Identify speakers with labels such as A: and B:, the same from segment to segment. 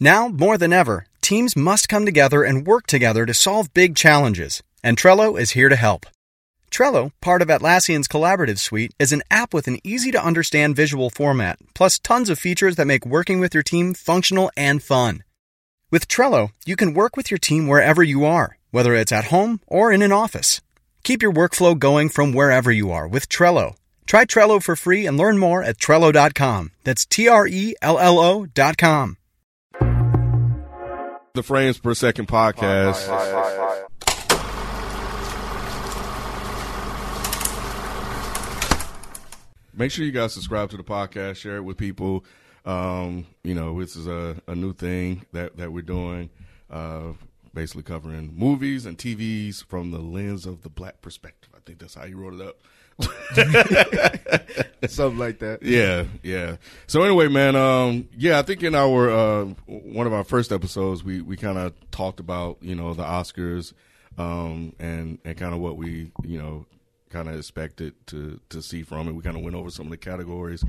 A: Now, more than ever, teams must come together and work together to solve big challenges, and Trello is here to help. Trello, part of Atlassian's collaborative suite, is an app with an easy to understand visual format, plus tons of features that make working with your team functional and fun. With Trello, you can work with your team wherever you are, whether it's at home or in an office. Keep your workflow going from wherever you are with Trello. Try Trello for free and learn more at Trello.com. That's T R E L L O.com.
B: The Frames Per Second podcast. Make sure you guys subscribe to the podcast, share it with people. Um, you know, this is a, a new thing that, that we're doing, uh, basically covering movies and TVs from the lens of the black perspective. I think that's how you wrote it up.
C: something like that.
B: Yeah, yeah. So anyway, man, um, yeah, I think in our uh, one of our first episodes, we we kind of talked about you know the Oscars, um, and and kind of what we you know kind of expected to to see from it. We kind of went over some of the categories,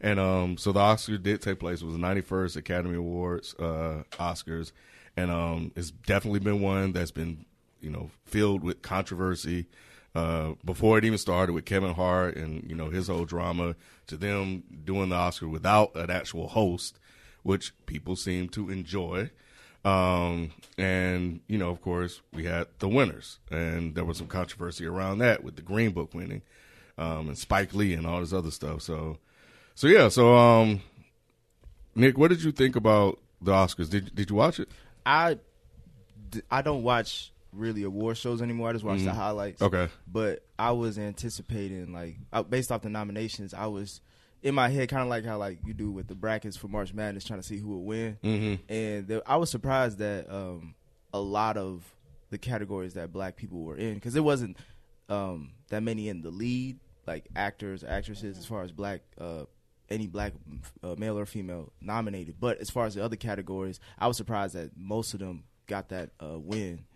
B: and um, so the Oscars did take place. It was the 91st Academy Awards uh, Oscars, and um, it's definitely been one that's been you know filled with controversy uh, before it even started with Kevin Hart and you know his whole drama to them doing the Oscar without an actual host, which people seem to enjoy. Um, and you know, of course, we had the winners, and there was some controversy around that with the Green Book winning, um, and Spike Lee and all this other stuff. So, so yeah, so um, Nick, what did you think about the Oscars? Did did you watch it?
C: I d- I don't watch really award shows anymore. I just watch the highlights.
B: Okay.
C: But I was anticipating like I- based off the nominations, I was in my head kind of like how like you do with the brackets for March Madness, trying to see who would win. Mm-hmm. And there, I was surprised that um, a lot of the categories that Black people were in because it wasn't um, that many in the lead like actors, actresses as far as Black. Uh, any black uh, male or female nominated, but as far as the other categories, I was surprised that most of them got that uh, win.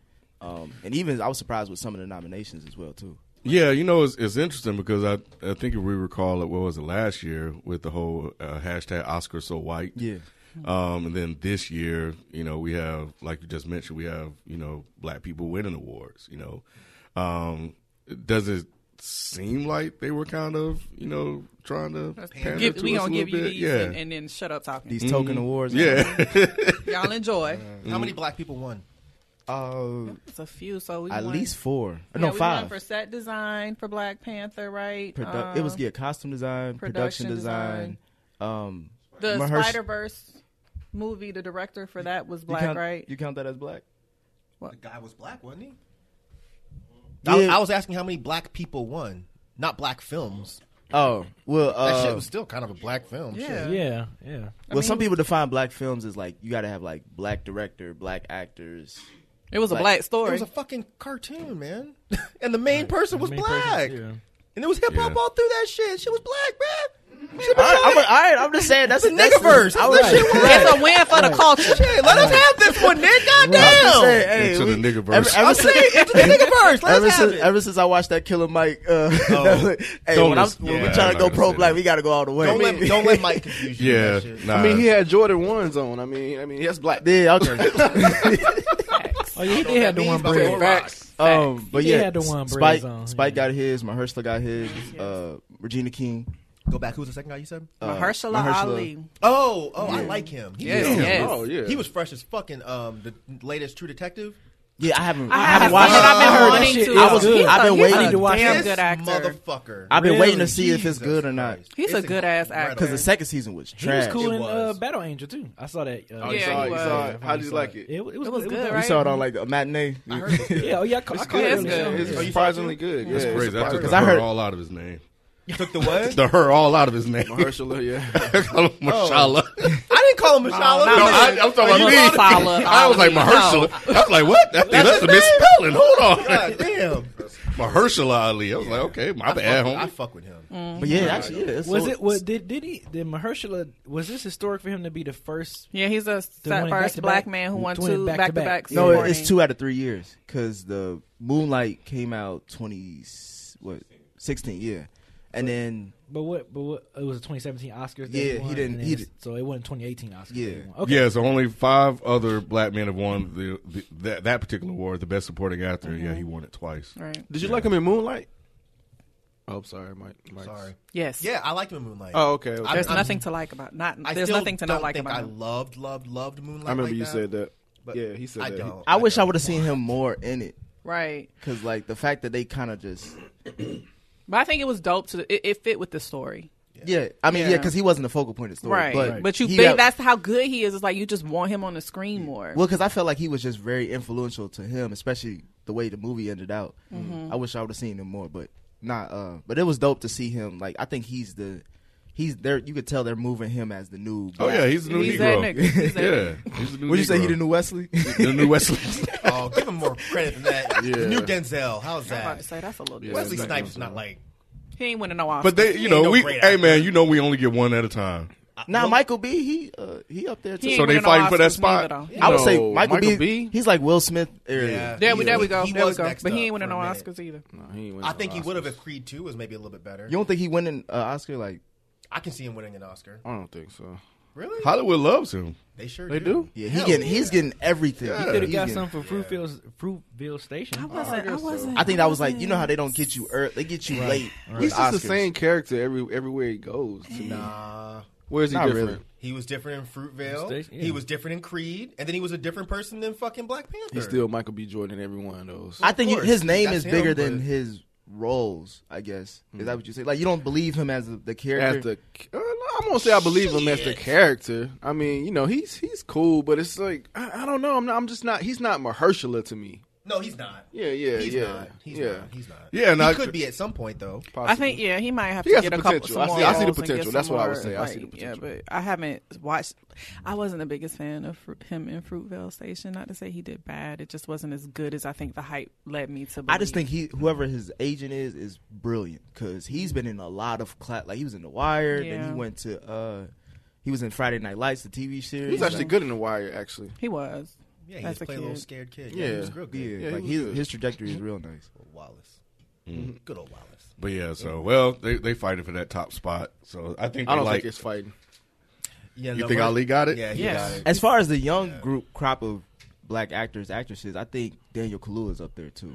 C: Um, and even I was surprised with some of the nominations as well too.
B: Yeah, you know it's, it's interesting because I I think if we recall it, what was it last year with the whole uh, hashtag Oscar so white.
C: Yeah.
B: Um, and then this year, you know, we have like you just mentioned, we have you know black people winning awards. You know, um, does it seem like they were kind of you know trying to pander
D: Give,
B: to
D: we
B: us a little
D: gonna give you
B: bit?
D: these
B: yeah,
D: and, and then shut up talking.
C: These token awards.
B: yeah.
D: Y'all enjoy.
E: How many black people won?
C: Uh,
D: It's a few, so we
C: at
D: won.
C: least four.
D: yeah,
C: no,
D: we
C: five.
D: Won for set design for Black Panther, right?
C: Produ- it was
D: Um,
C: yeah, costume design, production,
D: production
C: design. Um,
D: the
C: Mahers-
D: Spider Verse movie. The director for that was
C: you
D: black,
C: count,
D: right?
C: You count that as black?
E: The guy was black, wasn't he? I,
C: Yeah.
E: I was asking how many black people won, not black films.
C: Oh well,
E: That
C: uh,
E: shit was still kind of a black film.
D: yeah.
E: Shit.
F: Yeah, yeah.
C: well, some people define black films as like you got to have like black director, black actors.
D: It was a
C: Like,
D: black
E: It
D: story.
E: was a fucking cartoon, man. and the main person was
F: Main person-
E: black.
F: yeah.
E: And there was hip hop
B: Yeah.
E: all through that shit. Shit was black, man. Shit,
C: All right, I'm, all right, I'm just saying that's
E: the
C: that's
E: nigga verse.
C: I
E: That
C: was
E: shit was-
D: it's a win for the culture.
E: shit, let us have this one, nigga.
C: I'm just saying,
E: Goddamn.
C: hey,
B: Into the
C: we-
B: nigga verse.
C: Ever,
E: I'm
C: ever
E: saying,
C: since,
E: it's the nigga verse. Let
C: ever
E: us have
C: since,
E: it.
C: ever since I watched that Killer Mike, uh, hey,
B: Don't
C: when, I'm,
B: listen-
C: when
B: yeah,
C: we trying
B: I'm
C: to
B: not
C: go
B: gonna
C: pro
B: say
C: black,
B: that.
C: we got to go all the way.
E: Don't let, don't let Mike confuse you.
B: yeah,
E: with that shit.
B: nah.
G: I mean, he had Jordan ones on. I mean, I mean, that's black.
C: yeah, okay.
F: Oh, yeah, he did have the one braid.
G: Facts.
C: um, but
F: He
C: yeah,
F: had the one
C: Spike,
F: braids on,
C: Spike
F: yeah.
C: got his. Mahershala got his. Uh, Regina King.
E: Go back. Who was the second guy you said?
C: Uh,
D: Mahershala, Ali.
E: Oh, oh, I like him. He
D: Yes,
E: was-
D: yes.
G: Oh yeah.
E: He was fresh as fucking um the latest True Detective.
C: Yeah, I haven't.
D: I
C: I
D: haven't
C: haven't watched.
D: seen it. I've been
C: I heard
D: wanting
C: that shit.
D: to.
C: I was.
F: He's
C: I've
D: a-
C: been
D: he's
C: waiting
F: a
C: to watch.
D: damn
E: this
D: good actor.
E: motherfucker.
C: I've been waiting to
F: Really?
C: see if it's good or not.
D: He's a good-ass actor.
C: Because the second season was
F: He was
C: trash.
F: cool in
E: It
F: uh,
E: was.
F: Battle Angel too. I saw that. Uh,
D: Oh, you Yeah, saw it, you was.
G: saw it.
F: I
G: How did you
F: saw
G: like it?
F: It, it, was,
D: It was good,
C: You
D: right?
C: saw it on like a matinee.
F: Yeah, oh yeah, I, ca- I caught it.
D: good.
F: early
D: It's
F: on.
D: good.
G: It's
F: Yeah.
G: surprisingly good. Yeah,
B: That's
G: it's
B: crazy. I took the
G: surprisingly-
C: I
B: her
C: heard-
B: all out of his name.
E: took the what?
B: The her all out of his name.
G: Mahershala, yeah.
B: I call him Mashallah.
E: I didn't call him Mashallah.
D: No,
B: No,
D: not
B: I, I'm talking about me.
D: you look solid,
B: I was like Mahershala. I was like, what? That, that's, a misspelling. Hold on.
E: God damn.
B: Mahershala Ali. I was like, okay, my bad,
E: I
B: homie.
E: fuck with him.
C: But yeah, actually, yeah. it's
F: Was
C: so-
F: it? Was, did did he? Did Mahershala? Was this historic for him to be the first?
D: Yeah, he's a
F: The one in
D: first
F: back-to-back?
D: black man who won
F: Twin
D: two back to
F: back-to-back.
D: back.
C: No, it- it's two out of three years because the Moonlight came out twenty what sixteen, yeah, and then
F: But what? But what? It was a 2017 Oscars. that
C: Yeah, he
F: won,
C: didn't-
F: and then
C: he
F: it's- So it wasn't 2018 Oscars. that he
C: Yeah.
F: won. Okay.
B: Yeah, so only five other black men have won the, the that, that particular award, the best supporting actor. Yeah, he won it twice.
D: Right.
G: Did you like him in Moonlight? Oh, sorry, Mike. Mike's-
E: Sorry.
D: Yes.
E: Yeah, I liked him in Moonlight.
G: Oh, okay. okay.
E: I-
D: There's
E: I'm-
D: nothing to like about not.
E: I
D: there's
E: still
D: nothing to
E: don't
D: not like
E: think
D: about
E: I
D: him.
E: loved, loved, loved Moonlight.
G: I remember
E: like
G: you
E: that,
G: said that.
E: but
G: yeah, he said
E: I
G: that. He-
E: Don't,
C: I wish I
E: don't.
C: would have seen him more in it
D: Right.
C: because like the fact that they kind of just
D: But I think it was dope. To it, it fit with the story.
C: yeah. I mean yeah,
D: Yeah.
C: because he wasn't the focal point of the story,
D: Right.
C: But
D: But, you
C: he
D: think
C: got-
D: that's how good he is. It's like you just want him on the screen more.
C: Well, because I felt like he was just very influential to him, especially the way the movie ended out. I wish I would have seen him more, but not. Uh, but it was dope to see him. Like I think he's the he's there. You could tell they're moving him as the new.
B: Oh
C: black-
B: yeah, he's a new
D: He's that
B: Negro.
D: nigga. He's that
B: yeah, he's a new.
C: Would you say
B: Negro.
C: he the new Wesley?
B: The new Wesley?
E: Oh, give him more credit than that. The New Denzel. How's
D: I'm about
E: that?
D: to say that's a little.
G: Yeah.
E: Wesley
G: Denzel.
E: Snipes is not like.
D: He ain't winning no Oscar.
B: But they,
E: He
B: you
E: ain't
B: know,
E: no
B: we
E: great
B: hey
E: actor.
B: man, you know, we only get one at a time.
C: nah,
E: Well-
C: Michael B. He uh, he up there too.
D: He ain't
B: So they
D: winning no
B: fighting for that
D: Oscars
B: spot?
D: neither, though.
C: I would
G: No,
C: say Michael,
G: Michael
C: B,
G: B?
C: He's like Will Smith area.
E: Yeah.
D: There we,
E: He
D: there we
E: was-
D: go.
E: he
D: There we
E: was
D: go.
E: next
D: But he
E: up
D: ain't winning
E: for
D: no
E: a minute.
D: Oscars either.
G: No, he ain't winning
E: I
G: no
E: think he would have
G: Oscars.
E: if Creed 2 was maybe a little bit better.
C: You don't think he winning uh, Oscar? Like
E: I can see him winning an Oscar.
G: I don't think so.
E: Really?
B: Hollywood loves him.
E: They sure
G: Oh. They
E: do.
G: do?
C: yeah, he
E: Hell
C: getting
E: yeah.
C: he's getting everything.
B: Yeah. He
F: Could
C: He's
F: have got
C: getting-
F: some for Fruitville, Fruitville Station. Oh,
D: I wasn't. I, wasn't.
C: I think that was like you know how they don't get you early, they get you late. with
G: He's just the
C: Oscars.
G: same character every everywhere he goes. to me.
E: Nah.
G: Where is he
C: Not
G: different?
C: really.
E: Uh, He was different in Fruitvale.
F: Station- yeah.
E: He was different in Creed, and then he was a different person than fucking Black Panther.
G: He's still Michael B. Jordan in every one of those.
C: I think
E: course.
C: his name is
E: That's
C: bigger
E: him,
C: than
E: but-
C: his roles. I guess
G: Hmm.
C: is that what you say? Like you don't believe him as the, the character.
G: as the uh, I won't say I believe him as the character. I mean, you know, he's he's cool, but it's like I, I don't know. I'm not, I'm just not. He's not Mahershala to me.
E: no, he's not.
G: Yeah, yeah,
E: He's
G: yeah,
E: not. He's
G: yeah.
E: not. He's not.
B: Yeah, and
E: he
B: I-
E: could be at some point though.
D: I think yeah, he might have
G: He
D: to
G: got
D: get
G: some
D: a couple.
G: potential.
D: Some
G: I see-
D: more
G: I see the
D: roles and get
G: potential.
D: some
G: That's what I would
D: more,
G: say. I see the
D: like,
G: potential.
D: Yeah, but I haven't watched. I wasn't the biggest fan of Fru- him in Fruitvale Station. Not to say he did bad. It just wasn't as good as I think the hype led me to. Believe.
C: I just think he, whoever his agent is, is brilliant because he's been in a lot of cla Like he was in The Wire, then
D: Yeah.
C: he went to, uh he was in Friday Night Lights, the TV series.
G: He's actually
C: like,
G: good in The Wire, actually.
D: he was.
E: Yeah, he
D: That's
E: just
D: a
E: played a little
D: kid.
E: scared kid.
G: Yeah.
E: he was real good.
C: Yeah,
G: he
C: like
G: was
C: his
G: good.
C: his trajectory is real nice.
E: Wallace. Good old Wallace.
B: But yeah, so well, they they fighting for that top spot. So I think
G: I don't
B: they like
G: think it's fighting.
E: Yeah,
B: You
E: no,
B: think
E: but-
B: Ali got it?
E: Yeah, he
D: Yes.
E: got it.
C: As far as the young group crop of black actors, actresses, I think Daniel Kaluuya is up there too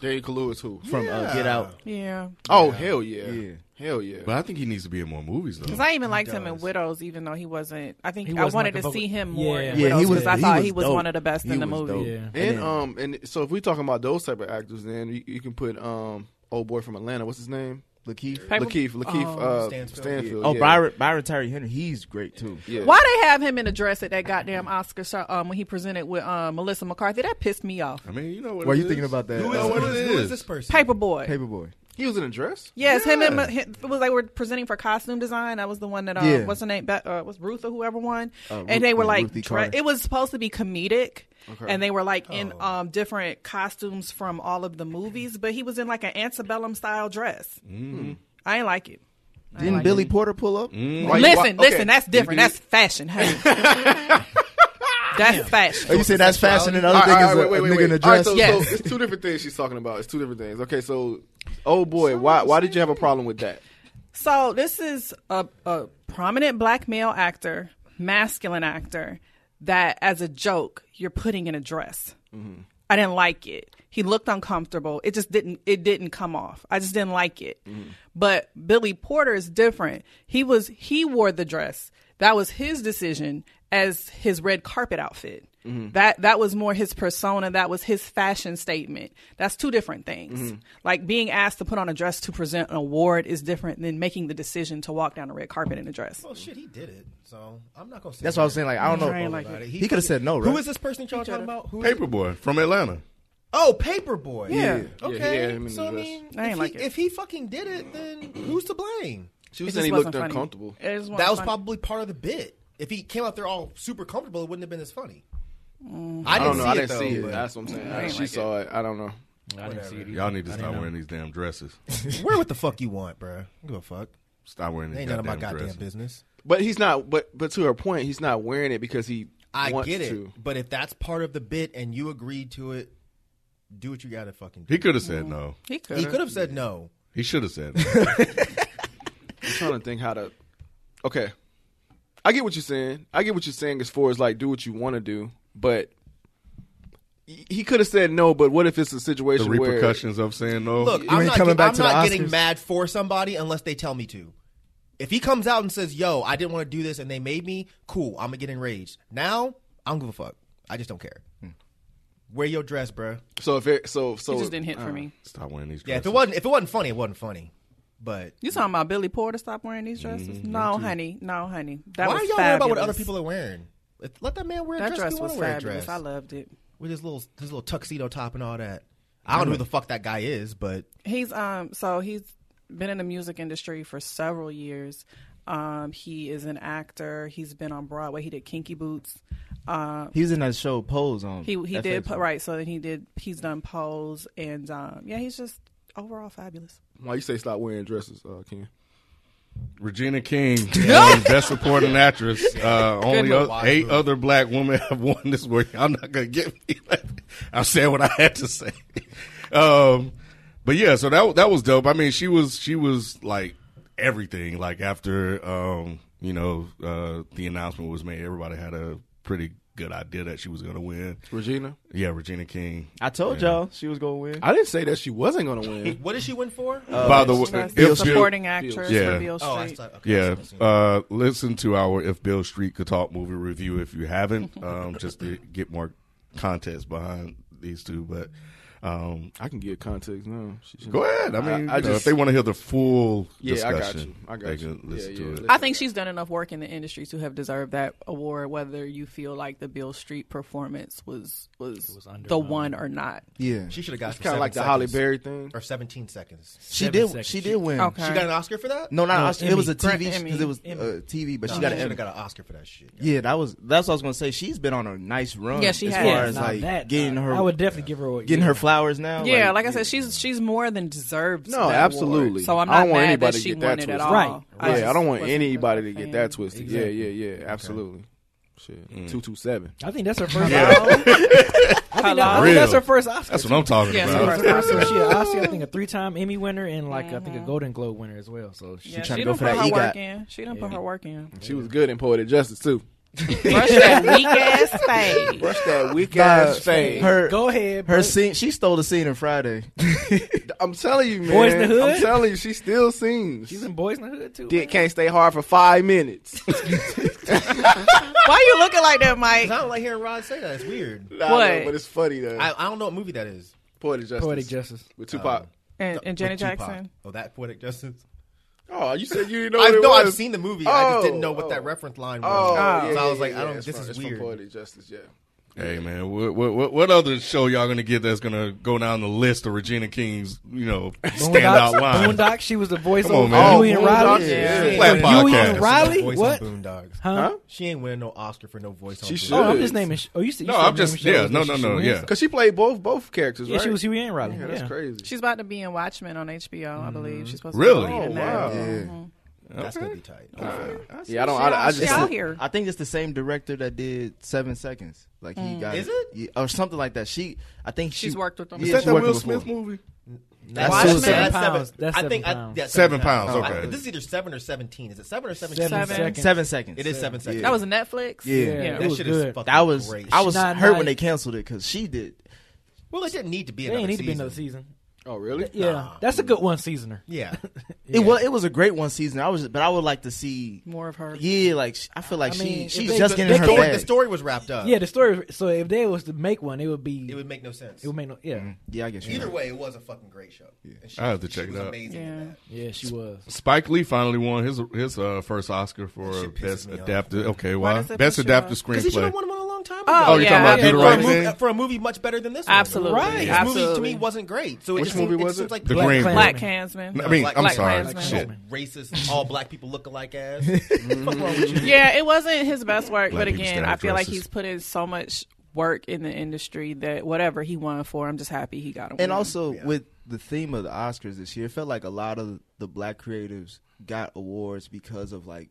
G: Daniel Kaluuya is who?
C: from uh, Get
E: Yeah.
C: Out.
D: Yeah,
G: Oh hell yeah,
C: Yeah.
G: hell yeah.
B: But I think he needs to be in more movies though.
D: because I even liked him in
E: does.
D: Widows, even though he wasn't. I think
F: He
D: I
F: wasn't
D: wanted
F: like a
D: to
F: vocal-
D: see him more.
F: Yeah.
D: in
F: Yeah,
D: Widows
C: he was-
D: because I
C: he
D: thought
C: was
D: he was
C: dope.
D: one of the best
C: He
D: in the
C: was
D: movie.
C: dope. uh,
F: Yeah.
G: and
C: then-
G: um and so if we talking about those type of actors, then you, you can put um old boy from Atlanta. What's his name?
C: Lakeith.
D: Paper-
G: Lakeith. Lakeith.
D: Oh.
G: uh, Stanfield.
E: Stansfield.
C: Oh,
G: yeah.
C: Byron, Byron Tyree Henry, he's great too.
G: Yeah.
D: Why they have him in a dress at that goddamn Oscar show um, when he presented with um, Melissa McCarthy? That pissed me off.
B: I mean, you know what?
C: Why
B: it
C: you
B: is.
C: thinking about that?
E: Who
B: know
E: is,
B: what
E: who
B: it
E: is, who is
B: is.
E: this person?
D: Paperboy.
C: Paperboy.
G: He was in a dress.
D: Yes, him and him, it was they were presenting for costume design. That was the one that um,
C: Yeah.
D: what's her name? Be- Uh, was Ruth or whoever won?
C: Uh, Ruth-
D: and they were
C: yeah,
D: like,
C: Ruthie
D: dre-
C: Carter. Oh.
D: it was supposed to be comedic,
G: Okay.
D: and they were like in um, different costumes from all of the movies. But he was in like an antebellum style dress. I ain't like it. I ain't
C: Mm. Didn't
D: like
C: Billy
D: it.
C: Porter pull up?
G: Why-
D: listen,
G: why- okay.
D: listen, that's different. That's fashion. Hey. that's
C: Oh,
D: fashion.
C: you said that's fashion and other
G: All
C: thing
G: right,
C: is
G: all right,
C: a, a nigga in a
G: All right,
C: dress?
G: so,
D: Yes.
G: so it's two different things she's talking about. It's two different things. Okay, so oh boy, why why did you have a problem with that?
D: So this is a, a prominent black male actor, masculine actor, that as a joke you're putting in a dress. I didn't like it. He looked uncomfortable. It just didn't. It didn't come off. I just didn't like it.
G: Mm-hmm.
D: But Billy Porter is different. He was. He wore the dress. That was his decision as his red carpet outfit.
G: Mm-hmm.
D: That that was more his persona. That was his fashion statement. That's two different things.
G: Mm-hmm.
D: Like being asked to put on a dress to present an award is different than making the decision to walk down a red carpet in a dress.
E: Well, Oh, shit, he did it. So I'm not gonna say.
C: That's what I was saying. Like, I don't know.
D: I ain't like
E: about
D: it.
E: it.
C: He coulda said no, right?
E: Who is this person that y'all talking about? Who is it?
B: Paperboy from Atlanta.
E: Oh, Paperboy.
D: Yeah. Yeah,
G: he had
E: Okay.
G: him in the
E: so I
G: dress.
E: mean,
D: I ain't
E: if,
D: like
E: he,
D: it.
E: if he fucking did it, then who's to blame?
G: She
D: It just
G: was saying he
D: wasn't
G: looked
D: funny.
G: uncomfortable.
D: It just wasn't
E: That was
D: funny.
E: probably part of the bit. If he came out there all super comfortable, it wouldn't have been as funny. I
G: I
E: didn't
G: don't know.
E: see
G: I
E: it,
G: didn't
E: though,
G: see it.
E: but-
G: That's what I'm saying.
D: ain't
G: she
D: like
G: saw it. I don't know.
B: Y'all need to stop wearing these damn dresses.
E: Wear what the fuck you want, bro. Give a fuck.
B: Stop wearing these
E: Ain't none
B: goddamn
E: of my goddamn
B: dresses.
E: business.
G: But he's not. But but to her point, he's not wearing it because he
E: I
G: wants
E: get it,
G: to.
E: but if that's part of the bit and you agreed to it, do what you gotta fucking do.
B: He could have said no.
D: He could.
E: He could have said no.
B: He should have said that.
G: I'm trying to think how to. Okay, I get what you're saying. I get what you're saying as far as like do what you want to do, but he- he could have said no. But what if it's a situation
B: the
G: where
B: repercussions of saying no.
E: Look,
B: Yeah.
E: I'm
C: ain't
E: not,
C: coming
E: get-
C: back
E: I'm
C: to
E: not
C: the
E: getting
C: Oscars.
E: mad for somebody unless they tell me to. If he comes out and says, "Yo, I didn't want to do this and they made me," cool. I'm gonna get enraged. Now I don't give a fuck. I just don't care.
G: Hmm.
E: Wear your dress, bruh.
G: So if it, so so
D: It just didn't
E: uh,
D: hit for me.
B: stop wearing these.
E: Yeah, if
B: Dresses.
E: it wasn't if it wasn't funny, it wasn't funny. But
D: You talking about Billy Porter stop wearing these dresses? no, honey. No, honey. That
E: Mm-hmm. why
D: was
E: are y'all worried
D: fabulous.
E: about what other people are wearing? If, let that man wear a
D: That
E: dress.
D: dress
E: if he
D: was
E: want to wear a
D: fabulous.
E: dress
D: I loved it.
E: with his little his little tuxedo top and all that. I don't know who the fuck that guy is, but
D: He's um so he's been in the music industry for several years. Um, he is an actor. He's been on Broadway. He did Kinky Boots. Um,
C: He was in that show Pose on.
D: he he
C: FX.
D: did po- right. So then he did. He's done Pose and um, yeah, he's just overall fabulous.
G: why you say stop wearing dresses, uh, Ken?
B: Regina King, um, best supporting actress. Uh, only
D: one.
B: o- eight other black women have won this award. I'm not gonna get me. I said what I had to say. Um, but yeah, so that that was dope. I mean, she was she was like everything. Like after um, you know uh, the announcement was made, everybody had a pretty good idea that she was gonna win.
G: Regina,
B: Yeah, Regina King.
C: I told y'all she was gonna win.
G: I didn't say that she wasn't gonna win.
E: what did she win for?
B: By the way,
D: Best
B: if-
D: supporting actress
B: Yeah.
D: for Beale Uh, Street.
E: oh, I thought, okay, I
B: Yeah,
E: should've seen it.
B: uh, listen to our "If Bill Street Could Talk" movie review if you haven't, um, just to get more context behind these two. But um,
G: I can get context now. She-
B: go ahead. I mean,
G: I
B: you know,
G: just-
B: if they want to hear the full
G: Yeah, I got
B: discussion,
G: you. I got
B: they
G: you.
B: can listen
G: Yeah,
B: to
G: yeah,
B: it.
G: listen.
D: I think she's done enough work in the industry to have deserved that award, whether you feel like the Bill Street performance was was, the one or not.
C: Yeah,
E: she should have got
G: Kind of like the Holly Berry thing.
E: or 17 seconds.
C: she
F: Seven
C: did.
F: seconds.
C: She did win.
D: Okay.
E: She got an Oscar for that?
C: No, not
F: No,
C: Oscar. It was a
F: Emmy.
C: TV
D: Emmy.
C: because it was
F: Emmy.
C: uh, TV, but
E: No,
C: she got an
E: should have
C: Emmy.
E: got an Oscar for that shit.
C: Yeah, that was that's what I was gonna say. She's been on a nice run.
D: Yeah, she
C: as
D: has.
C: Far
D: Yeah,
C: as
F: now
C: like
F: that, uh,
C: getting
F: I-
C: her,
F: I would definitely give her a
C: getting her
F: yeah.
C: flowers now.
D: Yeah, like, I said, she's she's more than deserved.
G: No,
D: that
G: absolutely.
D: award. So I'm
G: I
D: not
G: don't want
D: mad
G: anybody
D: that
G: to
D: she
G: get
D: won
G: that
D: it at
G: twisted.
D: all.
F: Right.
G: Yeah, I,
D: just
G: don't want
D: wasn't
G: anybody
D: a
G: to get
D: fan.
G: that twisted. Yeah, yeah, yeah, absolutely. Shit, two two seven.
F: I think that's her first. I think, that, I
D: Hello.
F: think that's
B: Real.
F: her first Oscar.
B: That's what I'm talking
D: Yeah,
B: about.
D: so first
F: So she an Oscar, I think a three-time Emmy winner and like I think a Golden Globe winner as well. So she
D: Yeah,
C: trying
D: she
C: to go
D: done
C: for
D: put
C: that
D: her work
C: EGOT.
D: in. She done put her work in.
G: She was good in poetic justice too.
D: Brush that weak ass face.
G: Brush that weak
C: ass
G: ass fade.
C: her
F: go ahead.
C: her
F: Her
C: scene. She stole the scene in Friday.
G: I'm telling you, man.
F: Boys in the Hood?
G: I'm telling you, she still sings.
F: she's in Boys in the Hood too.
G: Dick can't stay hard for five minutes.
D: Why you looking like that, Mike?
E: 'Cause I don't like hearing Rod say that. It's weird.
G: Nah,
D: What?
G: but it's funny though.
E: I, I don't know what movie that is.
G: poetic justice.
F: Poetic justice.
G: with Tupac.
E: Oh.
D: And, and Janet
E: With Tupac.
D: Jackson.
E: Oh, that poetic justice.
G: oh, you said you didn't know.
E: I
G: what it
E: know I've
G: was.
E: seen the movie. I just didn't know what
G: Oh,
E: that reference line was.
G: Oh, yeah,
E: so I
G: yeah,
E: was like,
G: yeah,
E: I
G: yeah,
E: don't.
G: it's
E: This
G: from,
E: is
G: it's
E: weird.
G: From poetic justice. Yeah.
B: Hey man, what, what what what other show y'all gonna get that's gonna go down the list of Regina King's you know standout
F: Boondocks.
B: line?
F: Boondocks. She was the voice
B: Come on,
F: of
B: man.
F: Huey and
G: Oh,
F: Riley.
G: Boondocks, yeah.
E: She ain't
B: Flat
E: winning
B: podcast.
E: no Oscar for no
F: Riley?
E: voice
F: What?
E: on Boondocks.
F: Huh?
E: She ain't winning no Oscar for no voice on
G: She
E: Boondocks.
G: should.
F: Oh, I'm
G: Good.
F: just naming. sh- Oh, you said you
B: No,
F: said
B: I'm just-
F: naming
B: yeah,
F: shows
B: no,
F: that
B: no,
F: she
B: no,
F: was
B: yeah.
F: in.
G: Cause she played both both characters,
F: Yeah,
G: right?
F: she was Huey and Riley.
G: Yeah, that's crazy.
D: She's about to be in Watchmen on HBO, I believe. She's supposed
B: Really?
D: to be
B: Oh,
D: in that.
G: wow.
E: That's gonna be tight.
G: yeah, I don't. I, I
D: She
G: just.
D: out here.
C: I think it's the same director that did Seven Seconds. Like he got
E: Is it?
C: Yeah, or something like that. She, I think she,
D: Mm. She's worked with them.
C: Yeah,
D: Is
B: Is that
C: she
B: that
C: worked
B: Will
C: with
B: Smith
C: before.
B: movie?
E: That's,
F: Watchmen.
E: seven-
F: Seven
E: that's seven-
F: pounds. That's
E: I think
F: seven
E: I,
F: pounds.
E: yeah,
B: Seven pounds,
E: I-
B: okay.
E: this is either seven or seventeen. Is it seven or seventeen?
D: Seven.
F: Seven.
C: Seven Seconds.
E: It is seven seconds.
D: That was a Netflix.
C: Yeah. Yeah,
F: it
E: that
F: was
E: shit
F: good.
E: is fucking
C: That was.
E: great.
C: I was
F: Not
C: hurt
F: nice.
C: when they canceled it because she did.
E: well, it didn't need to be
F: They
E: another
F: ain't need to be
E: season.
F: another season.
G: Oh, really?
F: Yeah, that's a good one seasoner.
E: Yeah,
C: It was. It was a great one season. I was, but I would like to see.
D: More of her.
C: Yeah, like sh- I feel like
F: I
C: she
F: mean, if
C: she's
F: they-
C: just
F: they
C: getting in her
E: the, story,
C: bag.
E: the story was wrapped up.
F: Yeah, the story. So if they was to make one, it would be.
E: it would make no sense.
F: It would make no. Yeah,
C: Yeah, I guess you
E: Either
C: right.
E: way, it was a fucking great show. And she-
B: I have to
E: she
B: check it
E: was
B: out.
E: Amazing in
D: Yeah.
E: that.
F: yeah, she was.
B: Spike Lee finally won his his uh, first Oscar for
E: shit
B: uh,
E: pisses
B: best
E: me off.
B: adapted. Okay,
D: Why
B: why?
D: does that
B: best
D: piss you off?
B: adapted
E: 'Cause he should
B: screenplay.
E: have won one a long time ago.
D: Oh,
B: Oh, you're
D: yeah,
B: talking about
D: I-
B: Do the
E: for, a
B: Right
E: movie,
B: Thing?
E: for a movie much better than this
D: Absolutely.
E: one. Right. This movie to
D: Absolutely.
E: me wasn't great. So it
G: Which
E: just
G: movie
E: seemed,
G: was
E: it? seems
G: it?
E: like
B: The
E: black-
B: Green
F: Klansman.
D: Black Klansman.
B: I mean,
E: Black-
B: I'm
E: Black
B: sorry.
D: Klansman.
B: Shit.
E: racist, all black people look alike ass. Fuck wrong with you?
D: Yeah, it wasn't his best work,
B: Black
D: but
B: people
D: again,
B: stand
D: I
B: with
D: feel like
B: dresses.
D: he's put in so much work in the industry that whatever he won for, I'm just happy he got him.
C: And also with the theme of the Oscars this year, it felt like a lot of the black creatives got awards because of like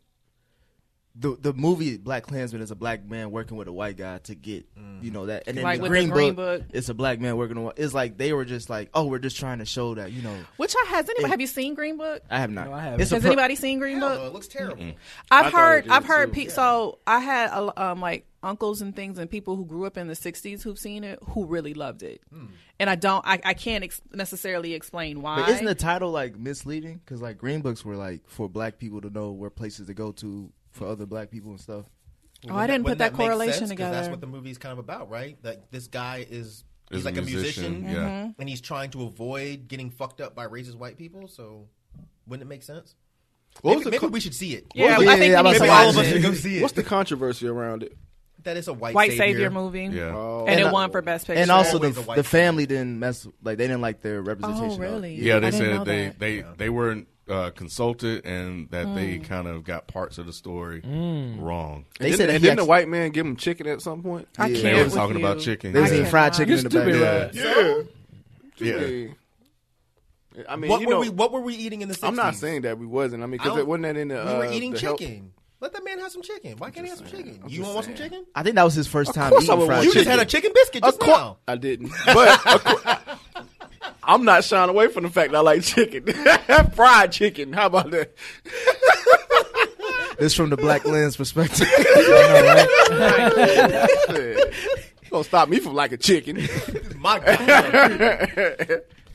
C: the the movie Black Klansman is a black man working with a white guy to get you know that, and then
D: Like
C: the,
D: with
C: Green
D: the Green
C: Book,
D: Book.
C: it's a black man working on. It's like they were just like, oh, we're just trying to show that you know.
D: Which I has anybody have you seen Green Book?
C: I have not.
F: No, I haven't.
C: It's a
D: Has
C: pro-
D: anybody seen Green
E: Hell no,
D: Book?
E: it uh, looks terrible.
D: I've
G: thought
D: heard
G: it
D: I've
G: did,
D: heard
G: too.
D: pe- so I had a l- um like uncles and things and people who grew up in the 60s who've seen it who really loved it.
G: Hmm.
D: And I don't I, I can't ex- necessarily explain why.
C: But isn't the title like misleading? Because like Green Books were like for black people to know where places to go to for other black people and stuff.
D: Oh, I didn't put
E: Wouldn't
D: that,
E: make
D: correlation
E: sense? 'Cause
D: together.
E: That's what the movie's kind of about, right? Like this guy is he's
B: Is
E: like a musician,
B: Yeah.
D: Mm-hmm.
E: and he's trying to avoid getting fucked up by racist white people. So wouldn't it make sense?
G: What was
E: maybe
G: the
E: maybe
G: co-
E: we should see it.
D: yeah,
G: Well,
D: I
G: yeah,
D: think
C: yeah,
D: we
C: I'm
D: need
C: about
D: to
E: Maybe
C: to
D: watch
E: all of us
D: it.
E: should go see it.
G: What's the controversy around it?
E: that is a white,
D: White
E: savior,
D: Savior movie.
B: Yeah.
G: Oh.
D: And,
C: And
D: it
C: I-
D: won for best picture.
C: and also the
E: always a white
C: the family didn't mess like they didn't like their representation. of it.
D: Oh, really?
B: Yeah,
D: I
B: they
D: didn't know
B: said they
D: that.
B: they they weren't uh, consulted and that
D: Mm.
B: they kind of got parts of the story wrong.
C: They
G: Didn't-
C: said
G: and
C: he
G: didn't the
C: actually-
G: white man give him chicken at some point?
C: Yeah.
D: I can't
B: They were
D: with
B: talking
D: you.
B: about chicken.
C: They was
D: I
C: eating
D: cannot.
C: fried chicken in the back.
B: Yeah.
G: Yeah.
B: Yeah.
G: I mean,
E: What
G: you
E: were
G: know,
E: we? What were we eating in the? 60s?
G: I'm not saying that we wasn't. I mean,
E: I
G: because
E: don't-
G: wasn't that in the
E: we were
G: uh,
E: eating
G: the help-
E: chicken. Let that man have some chicken. Why can't he have some chicken?
G: I'm
E: you
G: just
E: want, want some
G: saying.
E: chicken?
C: I think that was his first time
G: course I
C: eating
G: would
C: fried
G: want
E: You
C: chicken.
E: just had a chicken biscuit just
G: Of cour-
E: now.
G: I didn't, but of cour- I'm not shying away from the fact that I like chicken, fried chicken. How about that?
C: This from the black lens perspective.
G: You gonna stop me from liking chicken?
E: My God.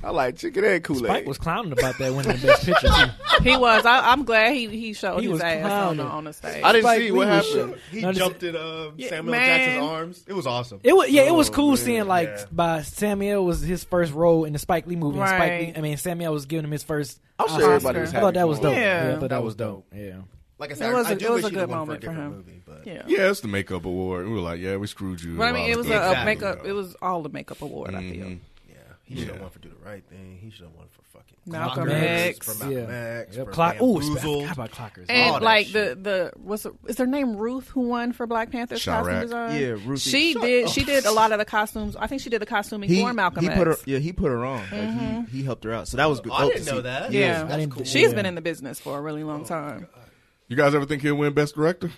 G: I like chicken and Kool
F: Mike
G: Aid.
F: was clowning about that winning the best picture. Too.
D: He was. I, I'm glad he he showed
F: He
D: his
F: was
D: ass on the,
F: clowning.
D: on the stage.
G: I didn't
F: Spike
G: see
F: Lee
G: what
F: was
G: happened.
F: shook.
E: He
F: No, this-
E: jumped in uh, Samuel
D: man.
E: Jackson's arms. It was awesome.
F: It was yeah, it was cool
G: man,
F: seeing like
E: yeah.
F: by Samuel was his first role in the Spike Lee movie. and Spike
D: Right.
F: Lee, I mean Samuel was giving him his first.
G: I'm sure
F: Oscar.
G: everybody was
F: I thought
G: happy
F: that was
G: for him.
F: dope.
D: Yeah.
F: Yeah, I thought
E: That
F: that
E: was
F: was dope. Yeah,
E: Like I said,
D: It was
E: I-
D: a-
E: I do
D: it was
E: wish
D: a
E: he'd have
D: good
E: won for a
D: moment for
E: different
D: him.
E: movie, but
D: yeah.
B: Yeah, it's the makeup award. We were like, yeah, we screwed you.
D: But I
B: a
D: mean,
B: while
D: it was
B: ago.
D: a, a
E: Exactly.
D: makeup. It was all the makeup award. I feel.
E: yeah, he should have
B: Yeah.
E: won for do the right thing. He should have won for fucking
D: Malcolm
E: Clockers,
D: X.
E: for Malcolm
F: yeah.
E: X,
F: Yep,
E: for
F: Clock- Ooh, it's- I
E: Bamboozled.
F: forgot about Clockers.
E: All
D: And
E: that
D: like
E: shit.
D: the the what's the, is her name Ruth who won for Black Panther's costume
B: Chirac.
D: design?
C: Yeah, Ruthie.
D: She did. She did a lot of the costumes. I think she did the costuming for Malcolm
C: he
D: X.
C: put her, yeah, he put her on. Like, he, he helped her out, so that was good.
E: Oh, I
C: dope
E: didn't
C: to
E: know
C: see.
E: that.
D: yeah,
F: I didn't-
D: she's
F: yeah.
D: been in the business for a really
E: Oh,
D: long time.
B: You guys ever think he'll win Best Director?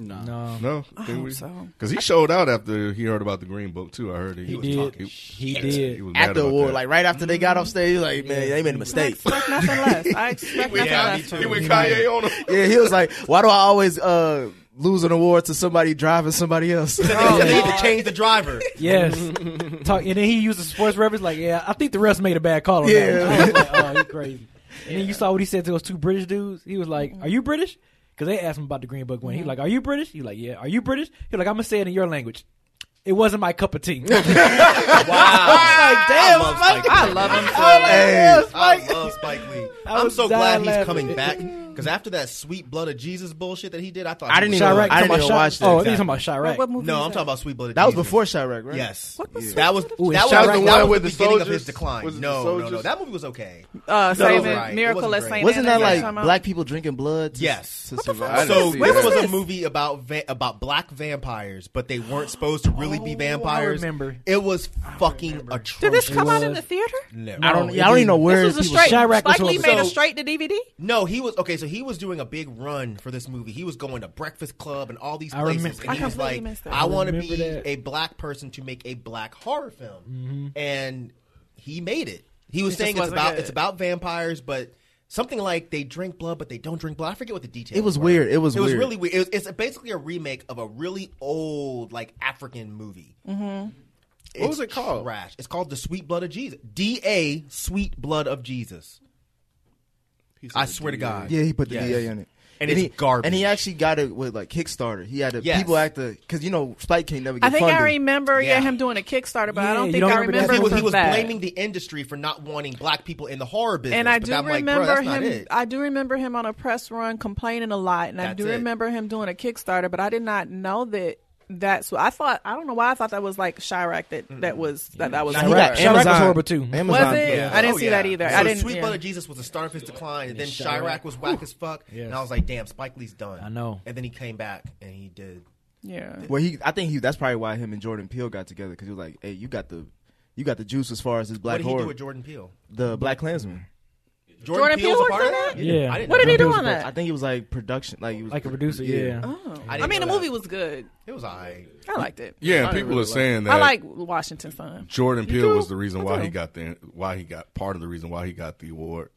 E: No.
F: no,
B: No,
D: hope so.
B: Because he showed out after he heard about the Green Book too. I heard he, was
F: did.
B: talking.
F: he did.
B: was mad
C: At the
B: about
C: award,
B: that.
C: like right after they got off stage, like man, they made a
D: I
C: mistake.
D: expect nothing less. I expect nothing
E: Yeah, me
D: less.
E: too.
B: he went Kanye on him.
C: yeah, he was like, why do I always uh, lose an award to somebody driving somebody else?
E: They need
F: Lord.
E: to change the driver.
F: Yes, Talk, and then he used the sports reference. Like, yeah, I think the refs made a bad call. On
C: Yeah.
F: that. one. I was like, oh, he's crazy. And then you saw what he said to those two British dudes. He was like, "Are you British?" Because they asked him about the Green Book win. He like, "Are you British?" He like, "Yeah." Are you British? He like, "I'm gonna say it in your language." It wasn't my cup of tea.
E: Wow.
F: Damn,
E: I love Spike Lee.
D: I love him too.
C: Hey,
E: I love Spike Lee. I'm
F: was
E: so
F: dying
E: glad
F: laughing.
E: he's coming back because after that sweet blood of Jesus bullshit that he did, I thought
C: I
E: he
C: didn't
E: was
C: even-
E: done.
F: Chirac,
C: I
F: talking
C: didn't
F: about
C: even watch
F: Chi- Oh,
C: that.
F: you talking about Chirac?
D: What movie
E: No,
D: is
E: I'm talking
D: that?
E: about sweet blood. Of
C: that was
E: Jesus.
C: before Chirac, right?
E: Yes,
D: What was
E: that was
F: Ooh,
E: that was, that
F: Chirac the
E: was
G: one
E: the
G: with the
E: beginning of
G: soldiers?
E: his decline.
G: Was it the
E: no, no, no,
G: soldiers?
E: that movie was okay.
D: Uh, Saving
E: right. It
D: Miracle
E: wasn't
D: at
E: great.
D: St.
C: Wasn't that
D: Anne's
C: like
D: or something?
C: black people drinking blood? to-
E: Yes.
C: to survive?
G: I didn't
E: So
G: see
E: this
G: that.
E: was a
D: this?
E: movie about va- about black vampires, but they weren't supposed to really be
F: Oh, I
E: vampires.
F: remember.
E: It was fucking atrocious.
D: Did this come out in
F: was-
D: the theater?
E: No.
C: I don't. Yeah, I don't even know where
D: This was a
C: people-
D: straight.
F: Chirac was
D: Spike Lee
F: horrible.
D: made a
E: So-
D: straight to DVD.
E: No, he was okay. So he was doing a big run for this movie. He was going to Breakfast Club and all these
F: I
E: places,
F: remember-
E: and he
D: I
E: was
D: completely
E: like,
D: missed that.
E: "I,
D: I
E: want to
F: remember
E: be
F: that.
E: a black person to make a black horror film," and he made it. He was
D: It just
E: saying it's
D: wasn't
E: about
D: good.
E: it's about vampires, but something like they drink blood, but they don't drink blood. I forget what the details.
C: It was
E: were.
C: weird. It was
E: It was
C: weird.
E: really weird. It was, it's basically a remake of a really old like African movie.
D: Mm.
E: It's
G: What was it called?
E: Trash. It's called The Sweet Blood of Jesus. D A Sweet Blood of Jesus. I swear to God.
C: Yeah, he put the
E: Yes.
C: DA in it.
E: And it's
C: he,
E: garbage.
C: And he actually got it with like Kickstarter. He had a,
E: Yes.
C: people act the because you know Spike can't never get
D: I think
C: funded.
D: I remember yeah.
E: Yeah.
D: him doing a Kickstarter, but I
F: Yeah,
D: don't
F: you
D: think
F: don't
D: I
F: remember that
D: remember
E: he was,
F: movie?
E: he
D: for
E: was
D: that.
E: blaming the industry for not wanting black people in the horror business.
D: And I
E: but
D: do
E: I'm like, bro,
D: remember
E: that's not
D: him.
E: it.
D: I do remember him on a press run complaining a lot, and I
E: That's
D: do
E: it.
D: remember him doing a Kickstarter. But I did not know that. That's what I thought. I don't know why I thought that was like Chirac that that was that that was.
C: He
E: Now, Chirac-
C: got
E: Chirac
F: was
C: Amazon.
F: horrible, too.
C: Amazon.
D: Was it?
E: Yeah.
D: I didn't
E: Oh,
D: see
E: yeah.
D: that either.
E: So
D: I didn't.
E: Sweet
D: yeah.
E: Blood of Jesus was the start of his decline, and then
F: Chirac.
E: Chirac, was whack as fuck. And I was like, damn, Spike Lee's done.
F: I know.
E: And then he came back and he did.
D: yeah.
C: Well, he. I think he. That's probably why him and Jordan Peele got together because he was like, "Hey, you got the, you got the juice as far as this
E: What
C: black
E: did he
C: horror,
E: do with Jordan Peele?
C: the Black Klansman."
D: Jordan Peele was
E: part of
D: in
E: that?
D: that?
F: Yeah.
E: I didn't
D: What
E: know.
D: did he do
F: Peele
D: on
F: was
D: that?
C: I think it was like production, like it was
F: Like a producer, yeah.
D: Oh.
E: I
D: I,
E: didn't
D: mean, the
E: know that.
D: movie was good.
E: It was I.
D: I liked it.
B: Yeah, and people are saying that
D: I like Washington Sun.
B: Jordan Peele was the reason why
D: do.
B: he got the why he got part of the reason why he got the award.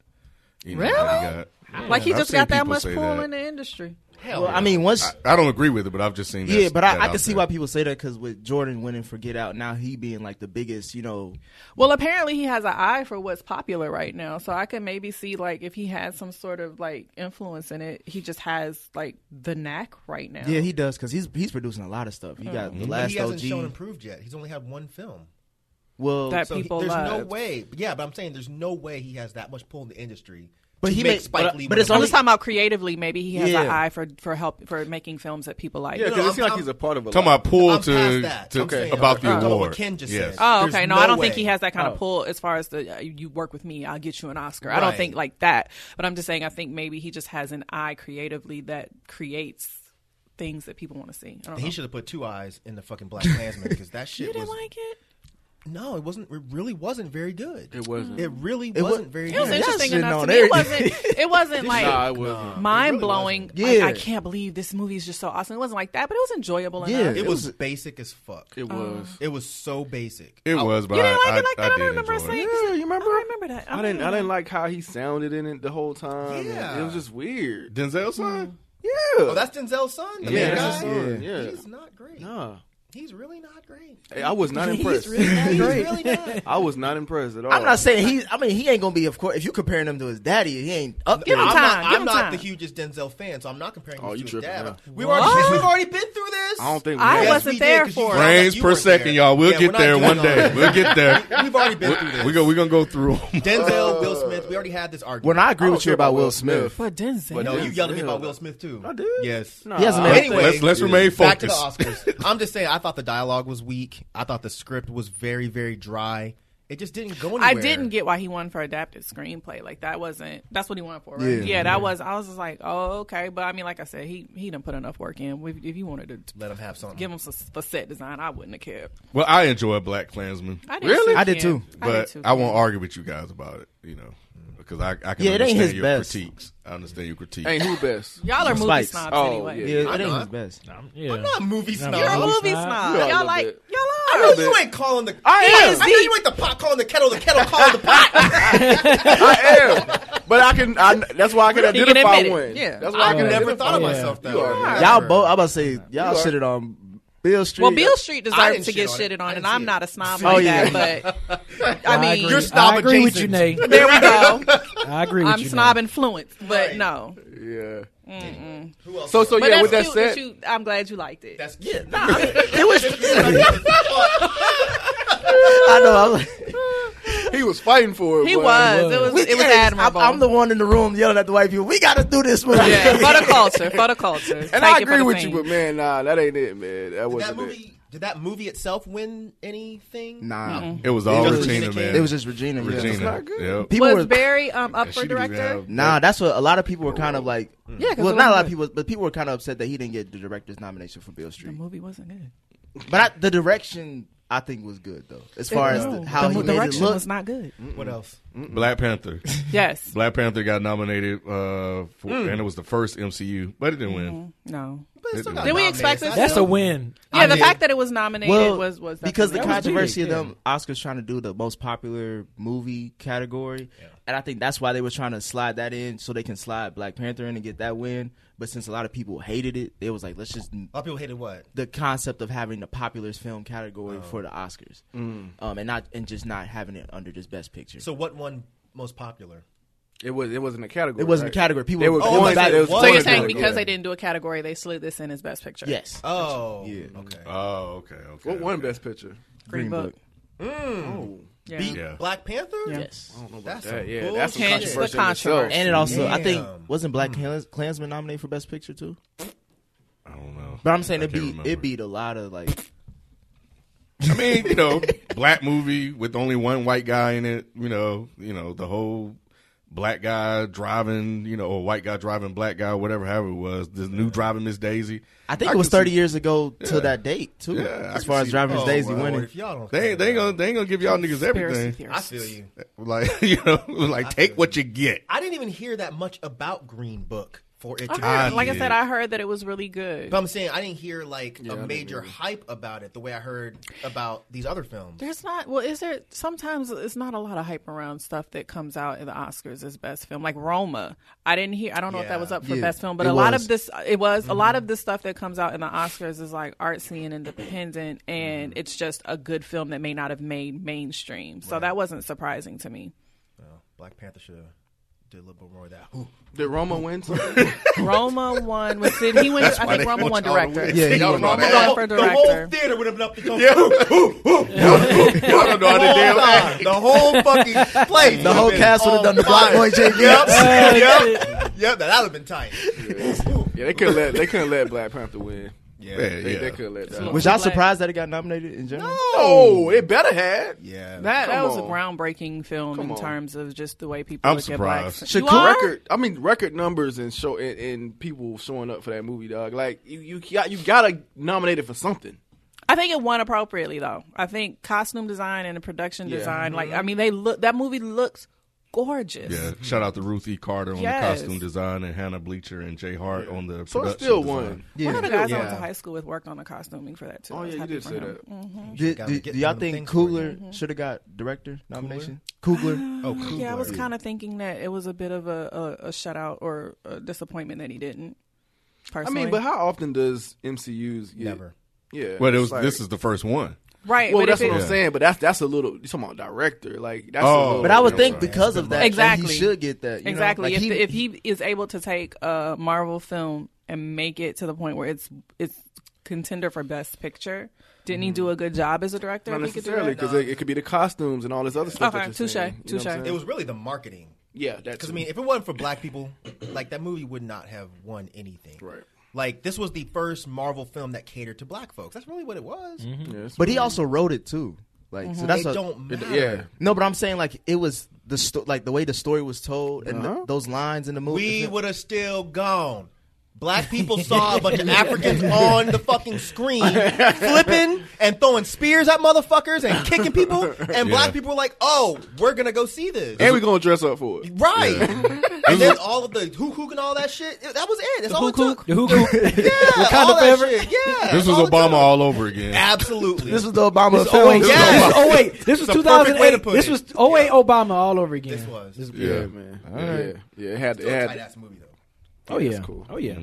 B: You
D: Really?
B: how he got-
D: Like he
B: I've
D: just
B: seen
D: got that
B: people
D: much
B: say
D: pull
B: that.
D: in the industry.
C: Well, I mean, once
B: I, I don't agree with it, but I've just seen.
C: yeah,
B: that-
C: but I,
B: that
C: I
B: out
C: can see
B: there.
C: why people say that because with Jordan winning for Get Out, now he being like the biggest, you know,
D: Well, apparently he has an eye for what's popular right now, so I could maybe see like if he had some sort of like influence in it, he just has like the knack right now.
C: yeah, he does because he's he's producing a lot of stuff. He got the
E: Uh-huh. But
C: last
E: he hasn't shown
C: OG.
E: improved yet. He's only had one film.
C: Well,
D: That
E: So he-
D: people
E: there's no
D: love.
E: way. Yeah, but I'm saying there's no way he has that much pull in the industry.
C: But
E: to
C: he
E: make
C: make-
E: Spike
C: but-
E: Lee.
C: but
E: win
C: it's
E: a
D: I'm
C: only-
D: just talking about creatively. Maybe he has an
C: Yeah.
D: eye for for help for making films that people like.
G: Yeah, because
E: No,
G: it seems like
E: I'm-
G: he's a part of a.
B: Talking
G: lot.
B: about pull
E: I'm past
B: to,
E: that.
B: to
E: I'm saying
B: about the
E: I'm talking about what
B: award.
E: Ken just
B: yes.
E: said.
D: Oh,
E: There's
D: okay. No,
E: no
D: I don't
E: way.
D: think he has that kind
F: Oh.
D: of pull as far as the uh, you work with me, I'll get you an Oscar. I don't
E: Right.
D: think like that. But I'm just saying, I think maybe he just has an eye creatively that creates things that people want to see. I don't
E: He
C: Uh-huh.
D: know.
E: should have put two eyes in the fucking Black Klansman because that shit
D: You didn't
E: was
D: like it?
E: no, it wasn't. It really wasn't very good.
G: It wasn't.
E: It really
C: wa-
E: wasn't very
D: It was
E: good.
C: y'all
D: interesting
C: shitting
D: enough
C: on
D: to me. It
C: everything.
D: wasn't. It wasn't like.
G: Nah, it wasn't.
D: Mind blowing!
E: wasn't.
D: Like,
C: Yeah.
D: I can't believe this movie is just so awesome. It wasn't like that, but it was enjoyable
C: Yeah.
D: enough.
E: It
C: It
E: was basic as fuck.
G: It was.
E: It was so basic.
B: It was, but
D: Oh, you didn't
B: I,
D: like it like
B: I,
D: that. I,
B: I
D: don't
B: did
D: remember
B: enjoy it.
D: saying.
G: Yeah, you remember?
D: I remember that.
G: I didn't. I didn't like how he sounded in it the whole time.
E: Yeah.
G: Yeah. It was just weird.
D: Mm-hmm.
B: Denzel's son.
G: Yeah.
E: Oh, that's Denzel's son. The
G: Yeah,
E: main
G: that's
E: guy?
G: his son, yeah.
E: he's not great.
G: nah.
E: He's really not great.
G: Hey, I was not impressed.
E: He's really not.
G: I was not impressed at all.
C: I'm not saying he. I mean, he ain't gonna be. Of course, if you comparing him to his daddy, he ain't up
D: Give
C: there.
D: him
E: I'm
D: time,
E: not,
D: give
E: I'm
D: him
E: not
D: time.
E: the hugest Denzel fan, so I'm not comparing
G: Oh,
E: him to
G: you
E: his
G: tripping
E: dad.
G: now.
E: We've already, we've already been through this.
G: I don't think. we
D: I
G: had-
E: Yes,
D: wasn't
E: we
D: there
E: did, 'cause
D: for
E: you
D: it.
E: found out
B: Brains
E: you
B: per
E: weren't
B: second,
E: there.
B: y'all. We'll
E: Yeah,
B: get
E: we're not
B: there
E: doing
B: one
E: all
B: day.
E: that.
B: We'll get there.
E: We've already been through this.
B: We go. We're Oh. gonna go through 'em.
E: Denzel, Will Smith. We already had this argument.
C: When I agree
G: I don't
C: with you
G: care
C: about Will Smith,
D: But Denzel.
E: no, you yelled at me
G: Denzel.
E: about Will Smith too.
G: I did.
E: Yes.
G: Nah,
C: He hasn't made-
G: I-
E: Anyway,
B: let's let's remain
E: Back to the
B: focused.
E: Oscars. I'm just saying, I thought the dialogue was weak. I thought the script was very, very dry. It just didn't go anywhere.
D: I didn't get why he won for adapted screenplay. Like that wasn't that's what he won for, right? Yeah, that was. I was just like, oh, okay. But I mean, like I said, he he didn't put enough work in. If, if you wanted to
E: Let him have something.
D: give him some for set design, I wouldn't have cared.
B: Well, I enjoy Black Klansman,
D: I did
G: Really?
D: Too,
C: I did too.
D: Ken. I
B: but
D: did too.
B: I won't argue with you guys about it. You know, because I I can
C: Yeah, it ain't
B: understand
C: his
B: your
C: best.
B: critiques. I understand your critiques.
G: Hey, who best?
D: Y'all are movie
C: Spikes.
D: snobs
G: Oh,
D: anyway.
G: yeah.
C: yeah, it ain't
E: not.
C: his best.
F: Yeah.
E: I'm not a movie snob.
D: You're a
F: No, he's
D: movie
F: not.
D: snob.
G: You are a
D: Y'all
G: little
D: like
G: bit.
E: I
D: y'all
E: know
D: are.
E: you ain't calling the.
G: I am.
E: I know you ain't the pot calling the kettle. The kettle calling the pot.
G: I am. But I can. I, that's why I can
D: You can
G: identify
D: admit it.
G: one.
D: Yeah.
G: That's why I
E: I
G: can.
E: never
G: Never
E: thought of
F: Yeah.
E: myself that
G: You are.
E: way.
G: Y'all
E: Never.
C: Y'all both. I'm about to say y'all
G: are-
C: shitted on Bill Street.
D: Well, Bill Street
E: I
D: deserves
E: didn't
D: to get
E: shit on it.
D: shitted
E: I
D: on, and
E: didn't
D: I'm
E: see
D: not a snob
C: Oh,
D: like
C: yeah.
D: that. But I mean,
E: You're
F: I
E: snob
F: agree with you,
E: adjacent.
F: Nate.
D: there we go.
F: I agree with
D: I'm
F: you.
D: snob
F: Nate.
D: influenced, but
E: Right.
D: no.
G: Yeah.
E: Who else?
G: So so
D: But
G: yeah.
D: that's
G: With that
D: cute
G: said,
D: you, I'm glad you liked it.
E: That's yeah.
C: It was. I know. I was,
G: he was fighting for it.
D: he
G: but-
D: was. It was.
C: we-
D: it was
C: hey,
D: admirable.
C: I'm, I'm the one in the room yelling at the white people. We got to do this movie. uh,
D: Yeah, for the culture, for the culture.
G: And
D: Take
G: I
D: it for
G: agree
D: the
G: with
D: team.
G: you, but man, nah, that ain't it, man. That
E: Did that
G: wasn't it.
E: movie? Did that movie itself win anything?
C: Nah,
B: It was all
E: just
B: Regina,
E: Regina
B: man.
E: King.
C: it was just Regina. yeah.
B: Regina.
G: not good.
B: Yep.
C: People
D: was
C: were,
D: Barry um, up
B: And
D: for
B: she didn't even
D: director?
B: have-
C: nah. That's what a lot of people were kind of like.
D: Yeah, 'cause
C: well,
D: it
C: not a lot
D: wasn't
C: of people, but people were kind of upset that he didn't get the director's nomination for Bill
D: The
C: Street.
D: movie wasn't good.
C: But I, the direction I think was good though, as far as the, how
D: the
C: he
D: mo-
C: made it
D: direction
C: look.
D: was not good.
E: What else?
B: Black Panther.
D: Yes.
B: Black Panther got nominated, uh, for, and it was the first MCU, but it didn't win.
D: No.
E: But it's still got
D: Did we
E: nominated.
D: expect
E: It's
D: this?
E: not
F: That's a win.
D: Yeah, the
E: did.
D: fact that it was nominated
C: well,
D: was was
C: because the
D: definitely-
C: controversy of
F: big, yeah.
C: them Oscars trying to do the most popular movie category, and I think that's why they were trying to slide that in so they can slide Black Panther in and get that win. But since a lot of people hated it, it was like let's just
E: A lot of people hated what?
C: the concept of having the popular film category for the Oscars, um, and not and just not having it under just Best Picture.
E: So what won most popular?
G: It was. It wasn't a category.
C: it wasn't
G: right?
C: a category. People
G: They were
C: were
E: Oh,
G: going.
E: I said
G: they was
E: what?
D: so
G: going
D: you're
E: Wasn't
D: saying
G: to it,
D: because
G: yeah.
D: they didn't do a category, they slid this in as best picture.
C: yes.
E: Oh,
C: Yeah.
E: Okay.
B: Oh, okay, okay.
G: What one
B: okay.
G: best picture?
D: Green, Book. Yeah.
E: Beat
B: Yeah.
E: Black Panther.
C: Yes.
E: That's
G: That-
E: some
G: yeah,
E: bull-
G: that's some
D: Hence the
G: controversy. in
D: controversy.
G: itself.
C: And it also, I think,
E: Damn.
C: wasn't Black Klans-
D: Mm.
C: Klansman nominated for Best Picture too?
B: I don't know.
C: But I'm saying
B: I
C: it
B: can't
C: beat
B: remember.
C: it beat a lot of like
B: I mean, you know, black movie with only one white guy in it. You know, you know the whole black guy driving, you know, or white guy driving black guy, whatever, however it was. The new driving Miss Daisy.
C: I think it was
B: can see-
C: 30 years ago
B: Yeah.
C: to that date too.
B: Yeah, I
C: as
B: can
C: far as
B: see-
C: driving Miss
B: oh,
C: Daisy
B: wow.
C: winning.
E: If y'all don't,
B: They ain't, they ain't gonna they ain't gonna give y'all niggas
D: Conspiracy
B: everything.
D: theories.
E: I feel you.
B: Like you know, like take what you get.
E: I didn't even hear that much about Green Book for it.
D: I
E: To
D: heard,
B: I
D: like I
B: did.
D: said, I heard that it was really good.
E: But I'm saying I didn't hear like a major hype about it the way I heard about these other films.
D: There's not well, is there? Sometimes it's not a lot of hype around stuff that comes out in the Oscars as best film, like Roma. I didn't hear. I don't know if
E: Yeah.
D: that was up for
G: Yeah,
D: best film, but
G: it
D: a lot
G: was.
D: of this, it was a lot of this stuff that comes out in the Oscars is like artsy and independent, and it's just a good film that may not have made mainstream. So that wasn't surprising to me.
E: Well, Black Panther should did a little bit more of that. Ooh.
G: Did Roma win? something?
D: Roma won with Sid. He went. I
B: they
D: think Roma
B: want
D: won
B: y'all to
D: director.
B: win. Yeah, he
E: Oh,
D: Roma
B: won that.
D: won for
E: The whole
D: director.
E: theater would have left the
B: Yeah, I don't know how to damn act.
E: the whole fucking place.
C: The whole cast would have done the black boy JD.
E: Yep. yep. Yep. That would have been tight.
G: yeah, they couldn't let they couldn't let Black Panther win.
B: Yeah,
G: They,
B: yeah.
G: they could let that.
D: Look.
C: Was y'all
D: Black.
C: surprised that it got nominated in general?
G: Oh, it better had.
E: Yeah.
D: That, that
G: Come
D: was a
G: on.
D: groundbreaking film
G: Come
D: in
G: on.
D: terms of just the way people
B: I'm
D: look
B: surprised.
D: at blacks.
G: Should
D: You are?
G: record, I mean, record numbers and show and, and people showing up for that movie, dog. Like you, you got you gotta nominate it for something.
D: I think it won appropriately though. I think costume design and the production
G: Yeah.
D: design, like I mean, they look that movie looks gorgeous.
B: Yeah, shout out to Ruth E. Carter on
D: Yes.
B: the costume design and Hannah Bleacher and Jay Hart on the
G: So it's
B: production
G: still
B: design.
G: one.
D: One of the guys I went
E: Yeah.
D: to high school with worked on the costuming for that too.
G: Oh
D: I was
G: yeah, you
D: happy
G: did
D: for
G: say
D: him. Mm-hmm.
G: that.
C: Did,
E: Gotta
C: did,
E: get
C: do y'all
E: one of them
C: think
E: things for
C: Coogler should have got director nomination? Coogler.
E: Oh, cool.
D: Yeah, I was kind of thinking that it was a bit of a, a, a shutout or a disappointment that he didn't.
G: I
D: Personally.
G: mean, but how often does MCU's get,
E: Never.
G: Yeah,
B: Well, it was,
G: it's like-
B: this is the first one.
D: right?
G: Well,
D: but
G: that's
D: if
G: what
D: it-
G: I'm saying. But that's that's a little. You talking about director? Like that's.
B: Oh.
G: a little,
C: But I would
G: you know,
C: think
G: sorry.
C: because of that, that
D: Exactly.
C: he should get that. you know?
D: exactly.
C: Like,
D: if,
C: he-
D: the, if he is able to take a Marvel film and make it to the point where it's it's contender for Best Picture, didn't he do a good job as a director?
G: Not
D: if he could do
G: necessarily
D: that?
G: because it, it could be the costumes and all this other stuff.
D: Okay,
G: that you're
D: touche,
G: saying, you know what I'm
D: touche.
G: saying?
E: It was really the marketing.
G: yeah, that's
E: Because I mean, if it wasn't for black people, like that movie would not have won anything.
G: Right.
E: Like this was the first Marvel film that catered to black folks. That's really what it was.
B: Mm-hmm.
C: but he also wrote it too. Like
D: Mm-hmm.
C: so that's
E: It
C: a,
E: don't matter.
G: yeah.
C: No, but I'm saying like it was the sto- like the way the story was told and th-
G: Uh-huh.
C: those lines in the movie.
E: We would have still gone. Black people saw a bunch of Africans on the fucking screen flipping and throwing spears at motherfuckers and kicking people. And
B: Yeah.
E: black people were like, oh, we're going to go see this.
G: and we gonna dress up for it.
E: right. And then all of the hook hook and all that shit. it- That was it. That's all it took.
F: The Hook.
E: Yeah. all that shit. Yeah.
B: This was
E: all it
B: Obama
E: took.
B: all over again.
E: Absolutely.
C: this was the Obama
F: This,
C: film.
F: oh
E: Yeah.
F: wait, this, oh wait, this was
E: It's a perfect way to
F: 2008.
E: put
F: This
E: it.
F: was 08 Obama all over again.
E: This was. This
G: Yeah, man. Yeah, yeah. It had. It
E: a tight
G: had
E: ass movie, though.
F: Oh yeah,
G: cool.
F: oh yeah.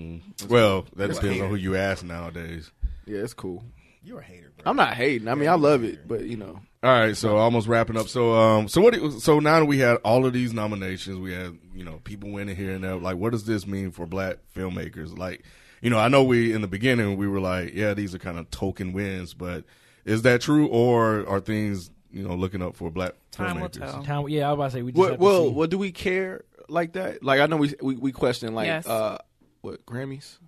B: Well, that depends on who you ask nowadays.
G: yeah, it's cool.
E: You're a hater, bro.
G: I'm not hating. I mean, I love it, but you know,
B: All right, so almost wrapping up. So, um, so what? do- So now that we had all of these nominations, we had you know people winning here and there. Like, what does this mean for black filmmakers? Like, you know, I know we in the beginning we were like, yeah, these are kind of token wins, but is that true, or are things you know looking up for black
D: Time
B: filmmakers?
D: will tell.
F: Town, yeah, I was about to say we just
G: what?
F: have
G: Well,
F: to see.
G: what do we care like that? Like, I know we we, we question like
D: Yes.
G: uh, what Grammys?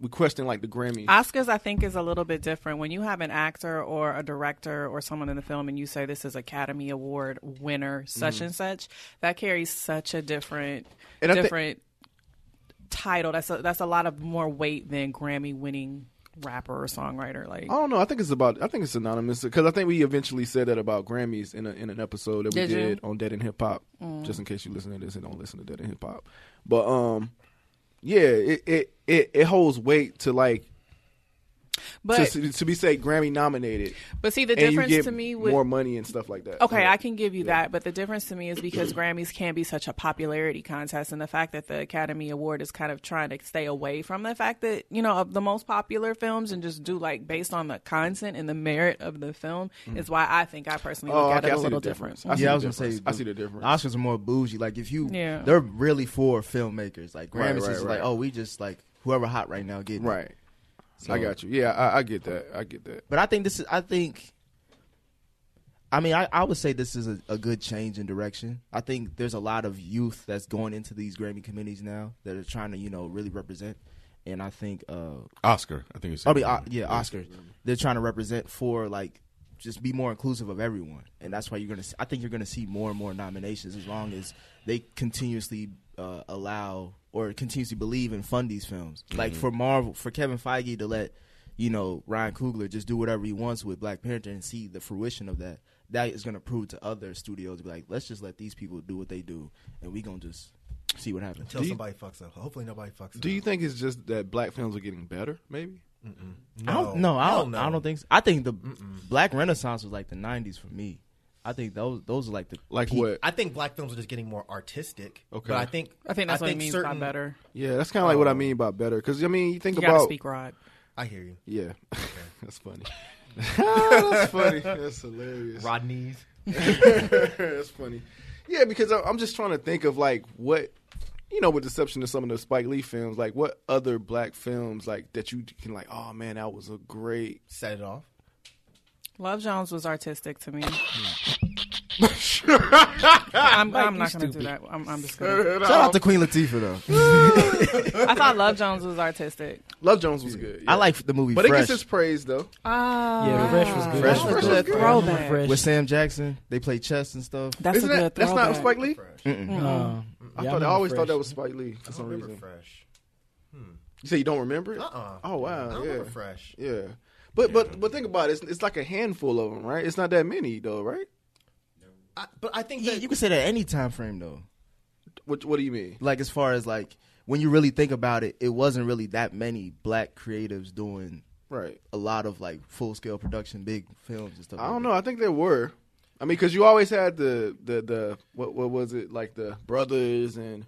G: We question like the Grammys.
D: Oscars, I think, is a little bit different. When you have an actor or a director or someone in the film and you say this is Academy Award winner, such and such, that carries such a different,
G: And I thi-
D: different title. That's a, that's a lot of more weight than Grammy winning rapper or songwriter. Like,
G: I don't know. I think it's about. I think it's synonymous because I think we eventually said that about Grammys in a, in an episode that we
D: Did
G: did,
D: you? Mm.
G: on Dead and Hip Hop. Just in case you listen to this and don't listen to Dead and Hip Hop, but um, yeah, it it it, it holds weight to like to,
D: but
G: to be say Grammy nominated.
D: but see the
G: and you
D: difference
G: get
D: to me with
G: more money and stuff like that.
D: Okay,
G: Yeah.
D: I can give you that, but the difference to me is because Grammys can be such a popularity contest, and the fact that the Academy Award is kind of trying to stay away from the fact that you know of the most popular films and just do like based on the content and the merit of the film is why I think I personally look
G: Mm. Oh,
D: at
G: okay,
D: it
G: I
D: a
G: see the
D: little
G: difference.
D: different.
G: I see
C: yeah, I
G: the
C: was gonna
G: difference.
C: say
G: I see the difference.
C: Oscars are more bougie. Like if you,
D: Yeah.
C: they're really for filmmakers. Like Grammys
G: Right,
C: is
G: right,
C: just
G: right.
C: like, oh, we just like whoever hot right now get it.
G: right. I got you. Yeah, I, I get that. I get that.
C: But I think this is. I think. I mean, I, I would say this is a, a good change in direction. I think there's a lot of youth that's going into these Grammy committees now that are trying to, you know, really represent. And I think, uh,
B: Oscar, I think it's.
C: I mean, uh, yeah, Oscars. They're trying to represent for like just be more inclusive of everyone, and that's why you're gonna. See, I think you're gonna see more and more nominations as long as they continuously uh, allow or continuously believe and fund these films. Like for Marvel, for Kevin Feige to let you know Ryan Coogler just do whatever he wants with Black Panther and see the fruition of that. That is gonna prove to other studios be like, let's just let these people do what they do, and we gonna just see what happens.
E: Until somebody fucks up. Hopefully nobody fucks up.
G: Do you think it's just that black films are getting better? Maybe.
C: I don't, no, I don't. I don't think. So. I think the Black Renaissance was like the '90s for me. I think those those are like the
G: Like
C: peak-
G: what?
E: I think black films are just getting more artistic.
G: Okay.
E: But I think
D: I think that's what it means
E: certain-
D: by better.
G: Yeah, that's kind of like what I mean by better. Because I mean, you think
D: You gotta
G: about
D: speak right.
E: I hear you.
G: yeah, that's funny. that's funny. That's hilarious.
E: Rodney's.
G: That's funny. Yeah, because I- I'm just trying to think of like what you know, with the exception of some of the Spike Lee films, like what other black films like that you can like, oh man, that was a great.
E: Set it off.
D: Love Jones was artistic to me. I'm, I'm
F: you
D: not gonna
F: stupid.
D: do that. I'm, I'm just gonna.
C: Shout out to Queen Latifah though.
D: I thought Love Jones was artistic.
G: Love Jones was good. yeah.
C: I like the movie
G: but it
C: Fresh
G: gets its praise though.
D: Ah,
F: Yeah, Fresh was good.
C: Fresh
D: that's
C: was
D: a
C: good.
D: good throwback.
F: Fresh.
C: with Sam Jackson. They play chess and stuff.
D: That's
G: Isn't
D: a good
G: that that's
D: throwback.
G: not Spike Lee?
F: Uh,
G: I
F: yeah,
G: thought I,
F: remember
G: always
F: Fresh.
G: thought that was Spike Lee for
E: I don't
G: some
E: remember
G: reason.
E: fresh.
G: You say you don't remember it?
E: Uh uh
G: Oh wow.
E: I don't
G: yeah.
E: remember fresh.
G: Yeah. But but but think about it. It's, it's like a handful of them, right? It's not that many though, right?
E: I, but I think
C: Yeah,
E: that
C: you can say that any time frame though.
G: What what do you mean?
C: Like as far as like when you really think about it, it wasn't really that many black creatives doing
G: Right.
C: a lot of like full scale production, big films and stuff.
G: I don't know. I think there were. I mean, because you always had the the the what what was it like the brothers and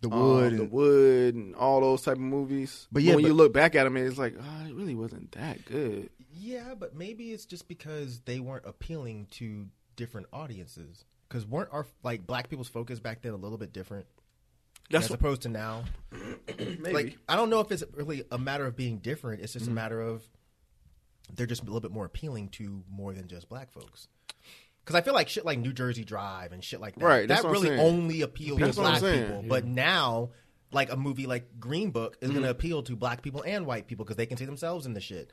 C: The
G: um,
C: Wood
G: the
C: and-
G: wood and all those type of movies.
C: But yeah,
G: when you
C: but-
G: look back at them, it's like oh, it really wasn't that good.
E: Yeah, but maybe it's just because they weren't appealing to different audiences. Because weren't our like black people's focus back then a little bit different as opposed to now?
G: maybe. Mm-hmm.
E: Like I don't know if it's really a matter of being different. It's just a matter of they're just a little bit more appealing to more than just black folks. Because I feel like shit like New Jersey Drive and shit like that.
G: Right, that's
E: that
G: what I'm
E: really
G: saying.
E: only appeals
G: That's
E: to
G: what
E: black
G: I'm saying.
E: people. But now, like a movie like Green Book is going to appeal to black people and white people because they can see themselves in the shit.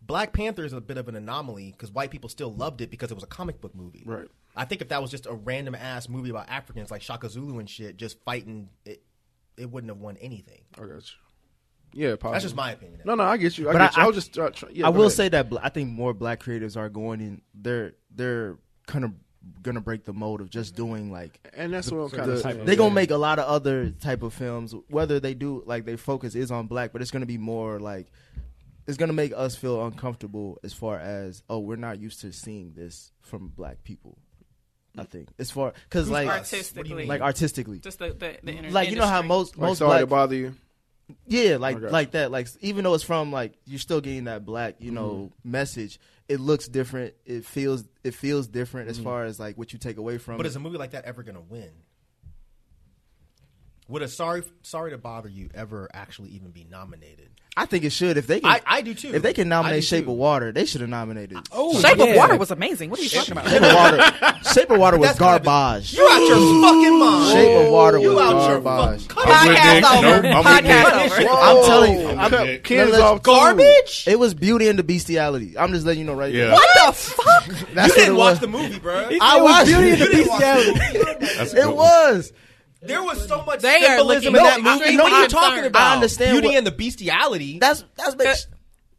E: Black Panther is a bit of an anomaly because white people still loved it because it was a comic book movie.
G: Right.
E: I think if that was just a random ass movie about Africans like Shaka Zulu and shit, just fighting, it, it wouldn't have won anything.
G: I got you. Yeah, possibly.
E: That's just my opinion.
G: No, no, I get you. I
C: But
G: get
C: I-
G: you. I
C: I-
G: was just try, try, yeah,
C: I
G: go
C: will
G: ahead.
C: say that bl- I think more black creatives are going in. They're they're kind of gonna break the mode of just doing like
G: and that's what I'm kind of
F: type of-
C: they're gonna make a lot of other type of films. Whether they do like their focus is on black, but it's gonna be more like it's gonna make us feel uncomfortable as far as oh we're not used to seeing this from black people. I think as far because like
D: artistically,
C: like artistically.
D: just the the, the inter-
C: like you know how most
D: industry.
G: Like,
C: most
G: sorry to
C: black
G: bother you.
C: yeah, like
G: Okay.
C: like that. Like even though it's from like you're still getting that black, you know,
G: Mm-hmm.
C: message. It looks different. It feels it feels different
G: Mm-hmm.
C: as far as like what you take away from.
E: But
C: it.
E: is a movie like that ever going to win? Would a sorry sorry to bother you ever actually even be nominated?
C: I think it should if they can.
E: I- I do too.
C: If they can
E: I do
C: nominate Shape
E: too.
C: of Water, they should have nominated.
F: Oh,
D: Shape
F: yeah.
D: of Water was amazing. What are you talking about?
C: Shape of Water. Shape of Water was
E: That's kind of the-
C: garbage.
E: You out your fucking mind?
C: Shape of Water
E: you
C: was
E: out your
C: garbage.
E: fucking
B: I'm with Nick.
D: over.
B: Nope, I'm with Nick.
D: Podcast over.
C: I'm telling you,
B: I'm
C: I'm-
B: with Nick.
G: Oh, Ken's
C: let's-
G: off too.
E: garbage.
C: it was Beauty and the Bestiality. I'm just letting you know right
B: Yeah.
C: now.
E: What the fuck?
C: That's
E: you didn't
C: what it
E: watch
C: was.
E: the movie, bro.
C: I watched Beauty and the
E: didn't watch
C: Bestiality.
E: the movie.
B: That's a good
C: It
B: one.
C: was.
E: There was so much
D: They are
E: symbolism
D: looking-
E: in that
D: No,
E: movie.
D: I'm
E: what are you
D: concerned.
E: talking about?
C: I understand
E: Beauty
C: what-
E: and the bestiality.
C: That's that's.
D: That-
E: Uh,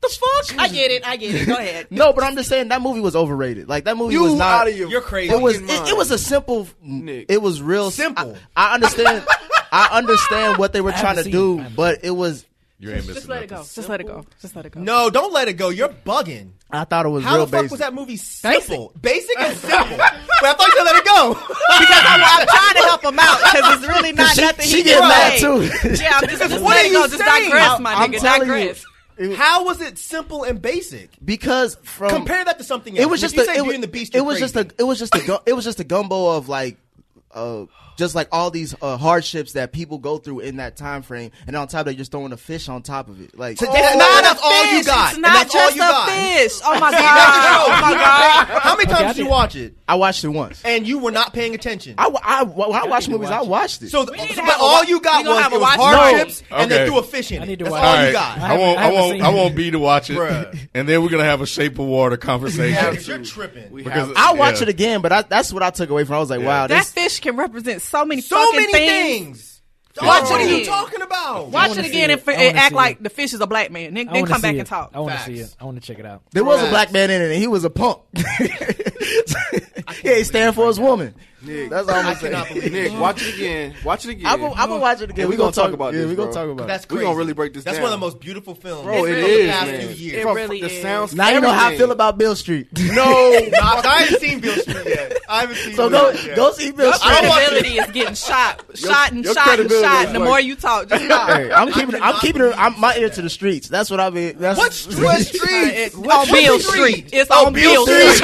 E: the fuck.
D: I get it. I get it. Go ahead.
C: No, but I'm just saying that movie was overrated. Like that movie
G: You
C: was not.
G: out of your
E: You're crazy.
C: it was it,
G: fucking mind.
C: it was a simple
G: Nick.
C: it was real
E: Simple.
C: I, I understand I understand what they were trying to
F: haven't
C: do,
F: seen it.
C: but it was
B: You ain't missing
D: Just let it go.
B: nothing.
D: Just let it go. Just let it go.
E: No, don't let it go. You're bugging.
C: I thought it was
E: How
C: real
E: the fuck
C: basic.
E: was that movie simple? Basic, and simple. but I thought you let it go. because
D: I'm trying to help him out because it's really not
C: She-
D: nothing.
C: she
D: he
C: get
D: can
C: mad
D: say.
C: too.
D: Yeah, I'm just, just
E: What
D: let
E: are
D: it go.
E: you
D: Just
E: saying?
D: digress, my
C: I'm
D: nigga.
C: telling you.
D: Digress.
E: How was it simple and basic?
C: because from
E: Compare that to something else.
C: it was just
E: if you
C: a,
E: say
C: it,
E: Beauty
C: was-
E: and the Beast.
C: it
E: you're
C: was
E: crazy.
C: just a it was just a gu- it was just a gumbo of like uh just like all these uh, hardships that people go through in that time frame and on top of that you're just throwing a fish on top of it like
E: So that's-
D: It's not
E: that's
D: a
E: all you
D: fish.
E: got.
D: It's
E: And
D: not
E: that's all
D: just
E: you got.
D: a fish. Oh my god.
E: That's the
D: Oh
E: joke.
D: my god.
E: How many many times
F: Okay, I
E: did you
F: did.
E: watch it?
C: I watched it once.
E: And you were not paying attention.
C: I, wa- I, wa- when I watch movies. I watched it.
E: so, th-
D: need to
E: so-
D: have
E: but
D: a
E: all
D: watch-
E: you
D: we
E: got
D: gonna
E: was,
D: have
E: it
D: a
E: was
D: watch-
E: hardships
B: No.
E: and they
B: Okay.
E: threw a fish in
F: I
E: it.
F: need to
E: That's
F: watch
E: all
F: it.
E: Oh, you
B: I,
E: got.
F: haven't-
B: won't.
F: I
B: I,
F: haven't
B: won't.
F: seen
B: I
F: it.
B: won't be to watch it.
E: Bruh.
B: And then we're gonna have a Shape of Water conversation.
E: You're tripping.
G: We
B: Because-
G: have-
B: I-
C: I watch
B: Yeah.
C: it again, but I, that's what I took away from. it. I was like, wow,
D: That
C: that's
D: fish can represent so many
E: so
D: fucking
E: many things. Dog,
D: Watch
E: what
D: it
E: are you
D: again.
E: talking about?
D: Watch
F: wanna
D: it
F: see
D: again
F: it.
D: and, fi-
F: I wanna
D: and act
F: see
D: like
F: it.
D: the fish is a black man. Then,
F: I
D: then
F: wanna
D: come
F: see
D: back
F: it.
D: and talk.
F: I want to
E: Facts.
F: see it. I want to check it out.
C: there was a
G: Facts.
C: black man in it, and he was a punk. he ain't stand for his woman.
G: Nick,
C: That's all
E: I
C: I'm
E: cannot
C: saying.
E: believe
G: Nick, watch it again. Watch it again.
C: I'm gonna watch it again.
G: Yeah, we
C: We
G: gonna talk about
C: yeah,
G: this,
C: we gonna
G: bro.
C: talk about
E: That's
C: it.
G: We
E: crazy.
G: gonna really break this
E: That's
G: down.
E: one of the most beautiful films
G: Bro,
E: of
G: Oh, it
E: the
G: is,
E: past
G: man.
E: few years.
G: From
D: really
G: the
D: is.
G: sounds.
C: Now you know how I
G: everything.
C: feel about Bill Street.
G: No,
E: Nah, I haven't seen Bill Street yet. I haven't seen
C: so
E: Bill
C: go
E: Street yet.
C: go see Bill Street.
D: credibility is getting shot, shot and
G: your
D: shot and
G: credibility
D: shot.
G: is
D: And the
G: like-
D: more you talk, just talk.
C: Hey, I'm keeping. I'm
E: cannot
C: keeping. Her,
E: believe
C: I'm my
E: you
C: ear
E: said
C: to the streets. That's what I mean. That's Oh,
E: What street? What street?
D: on Bill Street. It's on Bill Street.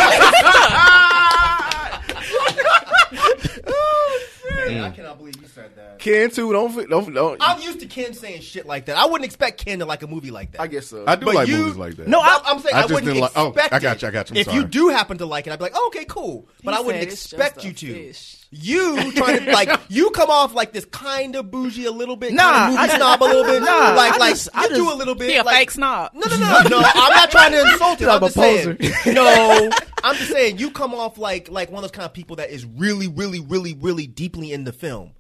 E: Man, I cannot believe you said that.
G: Can too. Don't fi- don't don't.
E: I'm used to Ken saying shit like that. I wouldn't expect Ken to like a movie like that.
G: I guess so.
B: I do
E: But
B: like
E: you-
B: movies like that.
E: No, I, am saying
B: I
E: I,
B: just
E: wouldn't
B: didn't like-
E: expect
B: oh, I
E: it.
B: got you, I got you, I'm
E: if
B: sorry.
E: you do happen to like it, I'd be like, oh, okay, cool. But
D: He
E: I wouldn't
D: said it's
E: expect
D: just
E: you
D: a
E: to.
D: fish.
E: You trying to like you come off like this kind of bougie a little bit,
C: Nah,
E: kind of movie
C: I just-
E: snob a little bit.
C: nah,
E: like
C: I
E: like
C: just-
E: you
C: I
E: do
C: just-
E: a little bit.
D: He a
E: like,
D: fake snob.
E: No, no, no, no. I'm not trying to insult him. I'm,
C: I'm a
E: just saying. No, I'm just saying you come off like like one of those kind of people that is really, really, really, really deeply in the film.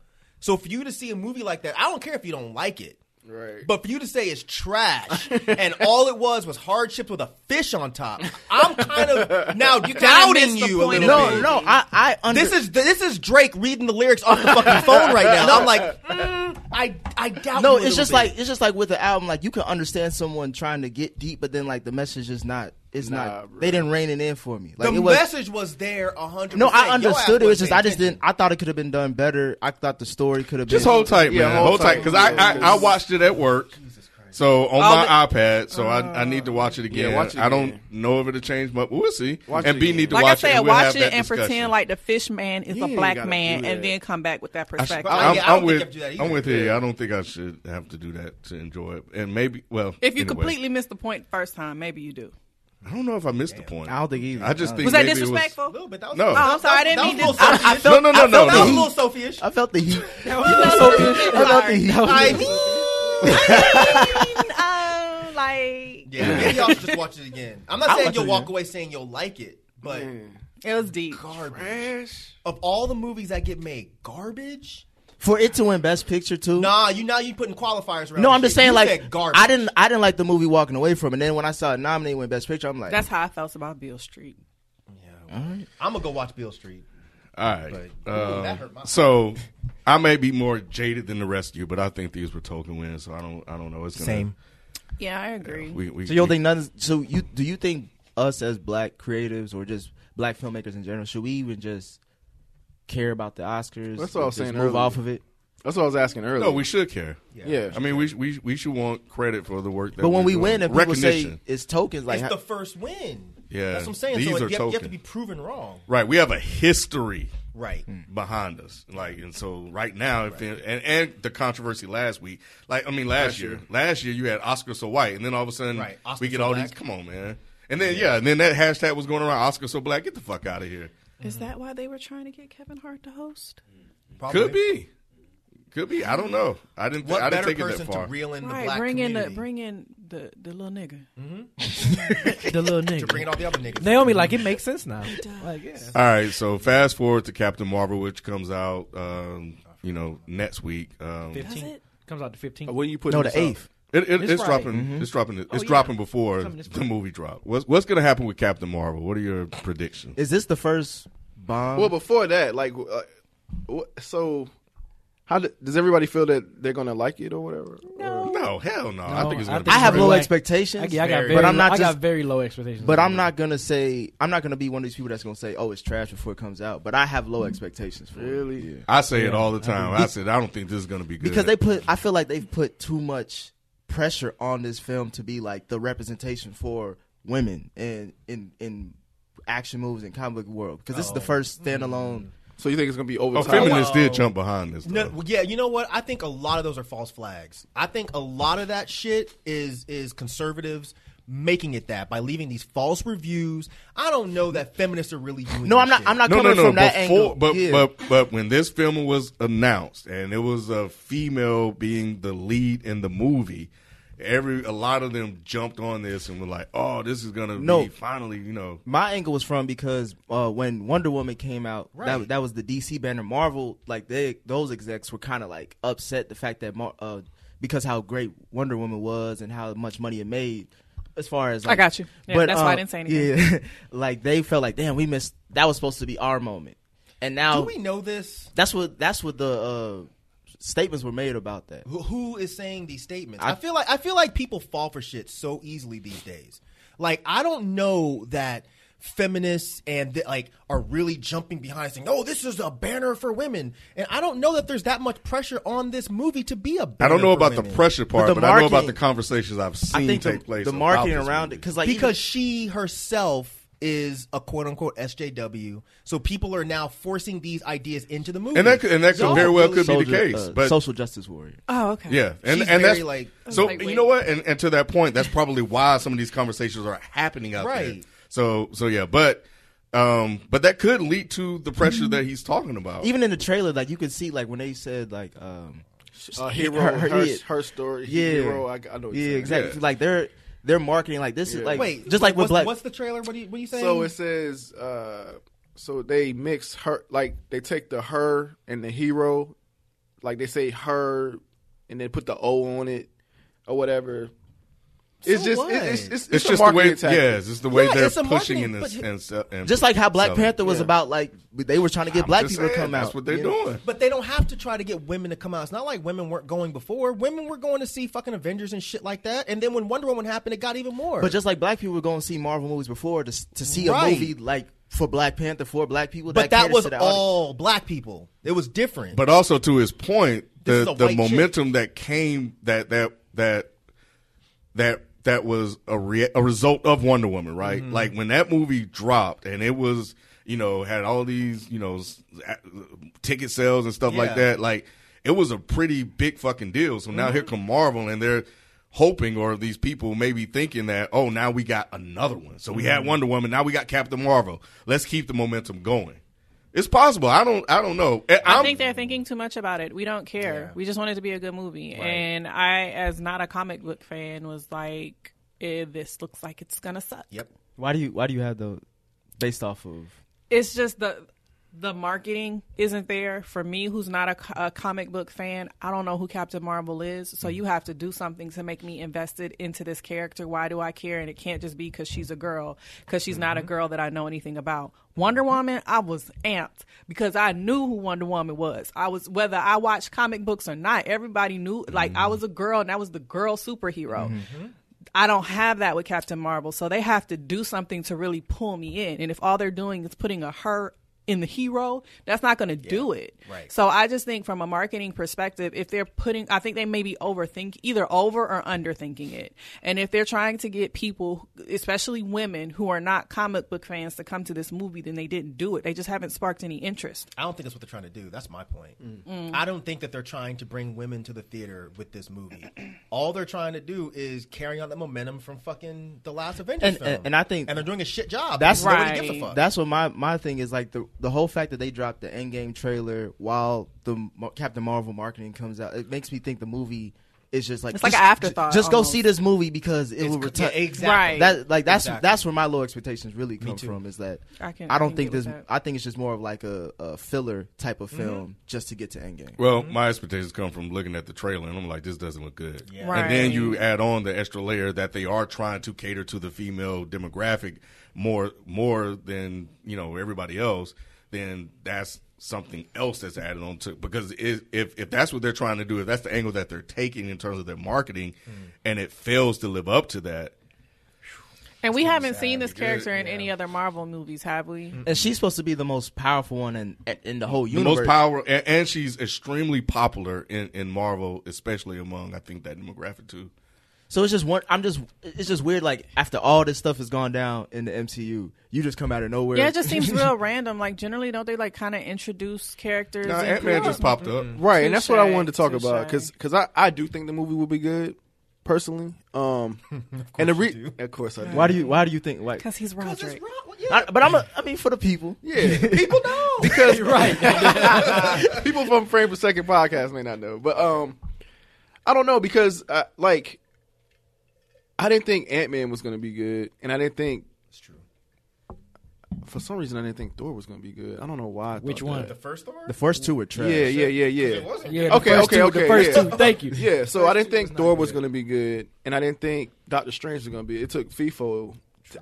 E: So for you to see a movie like that, I don't care if you don't like it.
G: Right.
E: But for you to say it's trash and all it was was hardships with a fish on top, I'm kind of now doubting
D: missed the
E: you a
D: point
E: little
D: of
E: bit.
C: No, no. I. I under-
E: This is this is Drake reading the lyrics off the fucking phone right now. I'm like, mm, I I doubt.
C: No,
E: you a
C: it's just
E: little bit.
C: like it's just like with the album. Like you can understand someone trying to get deep, but then like the message is not. It's
G: Nah,
C: not.
G: bro.
C: They didn't rein it in for me. Like
E: the
C: it was.
E: message was there a hundred.
C: no, I
E: percent. Your
C: understood
E: ass
C: it. was
E: wasn't
C: just I just
E: paying
C: didn't. I thought it could have been done better. I thought the story could have been.
B: Just hold tight,
G: Yeah,
B: man.
G: hold
B: Hold tight,
G: tight.
B: because I, I I watched it at work. So on
D: All
B: my
D: the-
B: iPad, so
G: Uh,
B: I, I need to watch it again.
G: Yeah, watch it
B: I don't
G: again.
B: know if it'll change, but we'll see.
G: Watch
B: and
G: it
B: B
G: again.
B: need to
D: Like I
B: watch it.
D: said,
B: and we'll
D: watch
B: have
D: it
B: that
D: and
B: discussion.
D: pretend like the fish man is
G: You
D: a
G: ain't
D: black
G: gotta
D: man,
G: do
D: and
G: that.
D: then come back with that
B: I should-
D: perspective.
E: I
B: I'm,
E: don't
B: I'm
E: think you
B: with
E: have to do that
B: I'm
E: either.
B: with you. I don't think I should have to do that to enjoy it. And maybe well,
D: if you
B: anyway.
D: completely miss the point first time, maybe you do.
B: I don't know if I missed the point.
C: I don't think either.
B: I just
C: I don't-
B: think
D: Was that
B: maybe it
D: disrespectful?
E: A little bit. That was,
B: No.
E: that,
B: Oh,
D: I'm sorry, I didn't
E: that,
D: mean
E: that was
D: to-
E: a little Sophie-ish.
B: No, no, no, no,
E: That was a
B: no.
E: little Sophie-ish.
C: I felt the heat. I felt the
D: Sorry.
C: heat.
E: I mean,
D: Um, like
E: yeah, maybe y'all should just watch it again. I'm not
C: I'll
E: saying
C: watch
E: you'll
C: it
E: walk
C: again.
E: away saying you'll like it, but
D: it was deep.
E: garbage.
G: Trash.
E: Of all the movies that get made, garbage.
C: For it to win Best Picture too.
E: Nah, you now you putting qualifiers around.
C: No, I'm
E: shit.
C: just saying
E: You
C: like
E: said garbage.
C: I didn't. I didn't like the movie walking away from, it. and then when I saw it nominated win Best Picture, I'm like,
D: That's how I felt about Bill Street.
E: I'm gonna go watch Bill Street.
B: All right.
E: But- Ooh, that hurt my-
B: Uh, so I may be more jaded than the rest of you, but I think these were token wins. So I don't. I don't know. It's gonna,
E: Same.
D: Yeah, I agree.
B: We, we,
C: So you don't
B: we-
C: think nothing? So you do you think us as black creatives or just black filmmakers in general should we even just care about the Oscars?
G: That's what I was
C: Just
G: saying
C: Move
G: earlier.
C: off of it.
G: That's what I was asking earlier.
B: No, we should care.
G: Yeah.
B: I mean, we we we should want credit for the work that.
C: But when
B: we're
C: we
B: doing.
C: win and people say
B: recognition,
C: it's tokens, like
E: it's
C: how-
E: the first win.
B: Yeah,
E: that's what I'm saying.
B: these
E: so
B: are
E: you, have, you have to
B: token.
E: be proven wrong,
B: right? We have a history
E: right?
B: Hmm. behind us, like, and so right now, if it- and and the controversy last week, like, I mean, last, year, last year you had Oscar so white, and then all of a sudden
E: Right, Oscar
B: we get
E: so
B: all
E: black.
B: these. Come on, man. And then yeah. and then that hashtag was going around. Oscar so black, get the fuck out of here.
D: Is that why they were trying to get Kevin Hart to host?
E: Probably.
B: Could be, could be. I don't know. I didn't.
E: What
B: I didn't
E: better
B: take it
E: person
B: that far.
E: to reel in the
D: Right,
E: black
D: bring in
E: community?
D: the bring in the the little nigga.
B: Hmm?
F: The little
E: to bring in
F: nigga.
E: all the other niggas.
F: Naomi, like it makes sense now. Like yeah.
B: All right, so fast forward to Captain Marvel, which comes out, um, you know, next week. Um, it,
D: Does it?
F: Comes out to 15.
G: When you put
C: No, the eighth.
B: it, it's,
F: It's Friday.
B: dropping. It's dropping. It's dropping before
F: Coming this
B: the movie drop. What's What's going to happen with Captain Marvel? What are your predictions?
C: Is this the first bomb?
G: Well, before that, like, uh, what, so how do, does everybody feel that they're gonna like it or whatever?
D: No.
B: no, hell no. I think it's
F: I
B: going to be.
F: think-
C: I have
B: great.
C: low
F: Like-
C: expectations,
F: I, yeah, I got very,
C: but I'm not
F: I
C: just
F: got very low expectations.
C: But I'm not gonna say I'm not gonna be one of these people that's gonna say, "Oh, it's trash" before it comes out. But I have
F: Mm-hmm.
C: low expectations for it
G: Really?
B: I say it all the time. I said I don't think this is going to be good
C: Mm-hmm. because they put. I feel like they've put too much pressure on this film to be like the representation for women in in in action movies and comic book world. Because this
F: Oh.
C: is the first
F: Mm-hmm.
C: standalone.
G: So you think it's gonna be over?
B: Oh, feminists did jump behind this.
E: No,
B: though.
E: well, yeah, you know what? I think a lot of those are false flags. I think a lot of that shit is is conservatives making it that by leaving these false reviews. I don't know that feminists are really doing.
C: No,
E: this
C: I'm not.
E: shit.
C: I'm not
B: No, no,
C: coming
B: no.
C: from that
B: Before,
C: angle.
B: but
C: Yeah.
B: but but when this film was announced and it was a female being the lead in the movie, every a lot of them jumped on this and were like, "Oh, this is gonna
C: No.
B: be finally," you know.
C: my angle was from because uh, when Wonder Woman came out,
E: Right.
C: that, that was the DC banner. Marvel, like they, those execs were kind of like upset the fact that Mar- uh, because how great Wonder Woman was and how much money it made. As far as like, uh,
D: got you. Yeah, that's why I didn't say anything.
C: Yeah, like they felt like damn, we missed. That was supposed to be our moment, and now
E: Do we know this?
C: that's what that's what the uh, statements were made about that.
E: Who- who is saying these statements. I,
C: I-
E: feel like I feel like people fall for shit so easily these days. Like I don't know that feminists and th- like are really jumping behind saying, "Oh, this is a banner for women," and I don't know that there's that much pressure on this movie to be a.
B: I
E: banner
B: don't know
E: for
B: about the
E: women.
B: pressure part,
C: the
B: but, I know about
C: marketing-
B: the conversations I've seen
C: I think
B: take
C: the,
B: place.
C: the
B: about
C: marketing
B: this
C: around
B: movie.
C: it because like
E: because
C: because
E: she herself is a quote unquote SJW, so people are now forcing these ideas into the movie,
B: and that could, and that could
E: Y'all
B: very well
E: really
B: could be the
C: soldier-
B: case,
C: uh,
B: but
C: social justice warrior.
D: Oh, okay.
B: Yeah, and
E: She's
B: and
E: very,
B: that's
E: like-
B: like
E: I was
B: so.
D: like,
B: you
D: Oh, wait.
B: know what? And, and to that point, that's probably why some of these conversations are happening out there.
E: Right.
B: So so yeah, but um, but that could lead to the pressure that he's talking about.
C: Even in the trailer, like you could see, like when they said like. um
G: Uh, hero,
C: Her- her-
G: her, her,
C: yeah.
G: story.
C: yeah.
G: Hero, I, I know. what you're
C: yeah,
G: saying.
C: exactly.
B: Yeah.
C: Like they're they're marketing like this is like
E: Wait,
C: just like
E: what's,
C: with black.
E: What's the trailer? What are you, what are you saying?
G: So it says, uh, so they mix her, like they take the her and the hero, like they say her, and they put the O on it or whatever. it's
E: So
G: just,
E: what?
G: it- it's, it's,
B: it's,
G: a
B: just the way.
G: marketing tactic.
B: Yeah, it's just the way
E: Yeah,
B: they're
E: it's a
B: pushing
E: marketing,
B: and,
E: but-
B: and, se- and
C: just like how Black
B: selling.
C: Panther was about like they were trying to get black
B: Just
C: people to
B: saying,
C: come
B: that's
C: out.
B: what they're
C: you know?
B: doing.
E: But they don't have to try to get women to come out. It's not like women weren't going before. Women were going to see fucking Avengers and shit like that. And then when Wonder Woman happened, it got even more.
C: But just like black people were going to see Marvel movies before to s- to see
E: Right.
C: a movie like for Black Panther for black people.
E: but that
C: caters
E: was
C: to the audience.
E: all black people. It was different.
B: But also to his point,
E: This
B: the
E: is a
B: the
E: white chick.
B: momentum that came that that that that that was a rea- a result of Wonder Woman, right?
E: Mm-hmm.
B: Like when that movie dropped and it was you know had all these you know s- a- ticket sales and stuff like
E: Yeah.
B: that. Like it was a pretty big fucking deal. So now
E: Mm-hmm.
B: here come Marvel and they're hoping or these people maybe thinking that oh now we got another one. So we
E: Mm-hmm.
B: had Wonder Woman, now we got Captain Marvel. Let's keep the momentum going. It's possible. I don't. I don't know.
D: I
B: I'm-
D: think they're thinking too much about it. We don't care. We just want it to be a good movie. And I, as not a comic book fan, was like, eh, this looks like it's gonna suck.
E: yep.
C: Why do you why do you have the based off of?
D: It's just the the marketing isn't there for me, who's not a, co- a comic book fan. I don't know who Captain Marvel is, so you have to do something to make me invested into this character. Why do I care? And it can't just be because she's a girl, because she's not a girl that I know anything about. Wonder Woman, I was amped because I knew who Wonder Woman was. I was whether I watched comic books or not. Everybody knew, like I was a girl, and I was the girl superhero. I don't have that with Captain Marvel, so they have to do something to really pull me in. And if all they're doing is putting a her in the hero, that's not going to do it.
E: right.
D: So I just think from a marketing perspective, if they're putting, I think they maybe overthink either over or underthinking it. And if they're trying to get people, especially women who are not comic book fans, to come to this movie, then they didn't do it. They just haven't sparked any interest.
E: I don't think that's what they're trying to do. That's my point.
C: Mm.
D: Mm.
E: I don't think that they're trying to bring women to the theater with this movie. All they're trying to do is carry on the momentum from fucking the last Avengers
C: And-
E: film.
C: and- and I think-
E: and they're doing a shit job.
C: That's
E: nobody
D: Right.
E: gives a fuck.
C: That's what my my thing is like the the whole fact that they dropped the Endgame trailer while the Mar- Captain Marvel marketing comes out. It makes me think the movie is just like
D: It's like
C: just-
D: an afterthought,
C: Just
D: almost.
C: go see this movie because it
E: It's-
C: will return.
E: yeah, exactly.
D: Right.
C: That like that's
E: Exactly.
C: that's where my low expectations really come from. Is that
D: I
C: I,
D: can- I
C: don't
D: can
C: think
D: get with
C: this.
D: that. Mm-hmm.
C: I think it's just more of like a, a filler type of film just to get to Endgame.
B: Well, my expectations come from looking at the trailer, and I'm like, this doesn't look good.
D: Right.
B: And then you add on the extra layer that they are trying to cater to the female demographic more more than you know everybody else. Then that's something else that's added on to because if if if that's what they're trying to do, if that's the angle that they're taking in terms of their marketing, and it fails to live up to that,
D: And we haven't seen this
B: because-
D: character in any other Marvel movies, have we?
C: And she's supposed to be the most powerful one in in the whole
B: the
C: universe.
B: most power, and, and she's extremely popular in in Marvel, especially among I think that demographic too.
C: So it's just one. I'm just. It's just weird. Like after all this stuff has gone down in the MCU, you just come out of nowhere.
D: Yeah, it just seems real random. Like generally, don't they like kind of introduce characters?
B: Now
D: and
B: Ant Man
D: create-
B: just popped up.
G: Right, and that's what I
D: Touche,
G: wanted to talk about
D: touche.
G: because I, I do think the movie will be good. personally. Um, and the re- of course I do.
C: Why do you Why do you think like?
D: because he's Roderick.
C: I, but I'm. A, I mean, for the people.
G: Yeah, people know because right. people from Frame Per Second podcast may not know, but um, I don't know because uh, like I didn't think Ant Man was going to be good, and I didn't think
E: It's true.
G: for some reason I didn't think Thor was going to be good. I don't know why. I
F: Which
G: thought
F: one?
G: that.
E: The first Thor?
C: The first two were trash.
G: Yeah, yeah, yeah, yeah.
E: It wasn't.
F: Yeah, the
G: Okay,
F: first
G: okay,
F: two,
G: okay,
F: The first
G: yeah.
F: two. Thank you.
G: Yeah, so I didn't think Thor was going to be good, and I didn't think Doctor Strange was going to be. It took FIFO.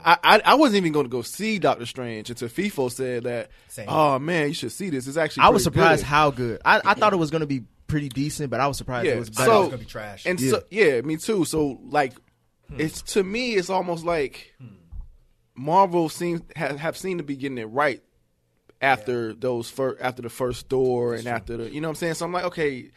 G: I, I I wasn't even going to go see Doctor Strange until FIFO said that.
E: Same.
G: Oh man, you should see this. It's actually.
C: I was
G: pretty
C: surprised
G: good."
C: how good. I, I thought it was gonna be pretty decent, but I was surprised
G: Yeah,
C: it was
G: so-
E: I
C: better.
E: thought it was going to be trash.
G: And so yeah, me too. So like, it's to me, it's almost like Marvel seems have, have seemed to be getting it right after those fir- after the first door and after the you know what I'm saying. So I'm like, okay.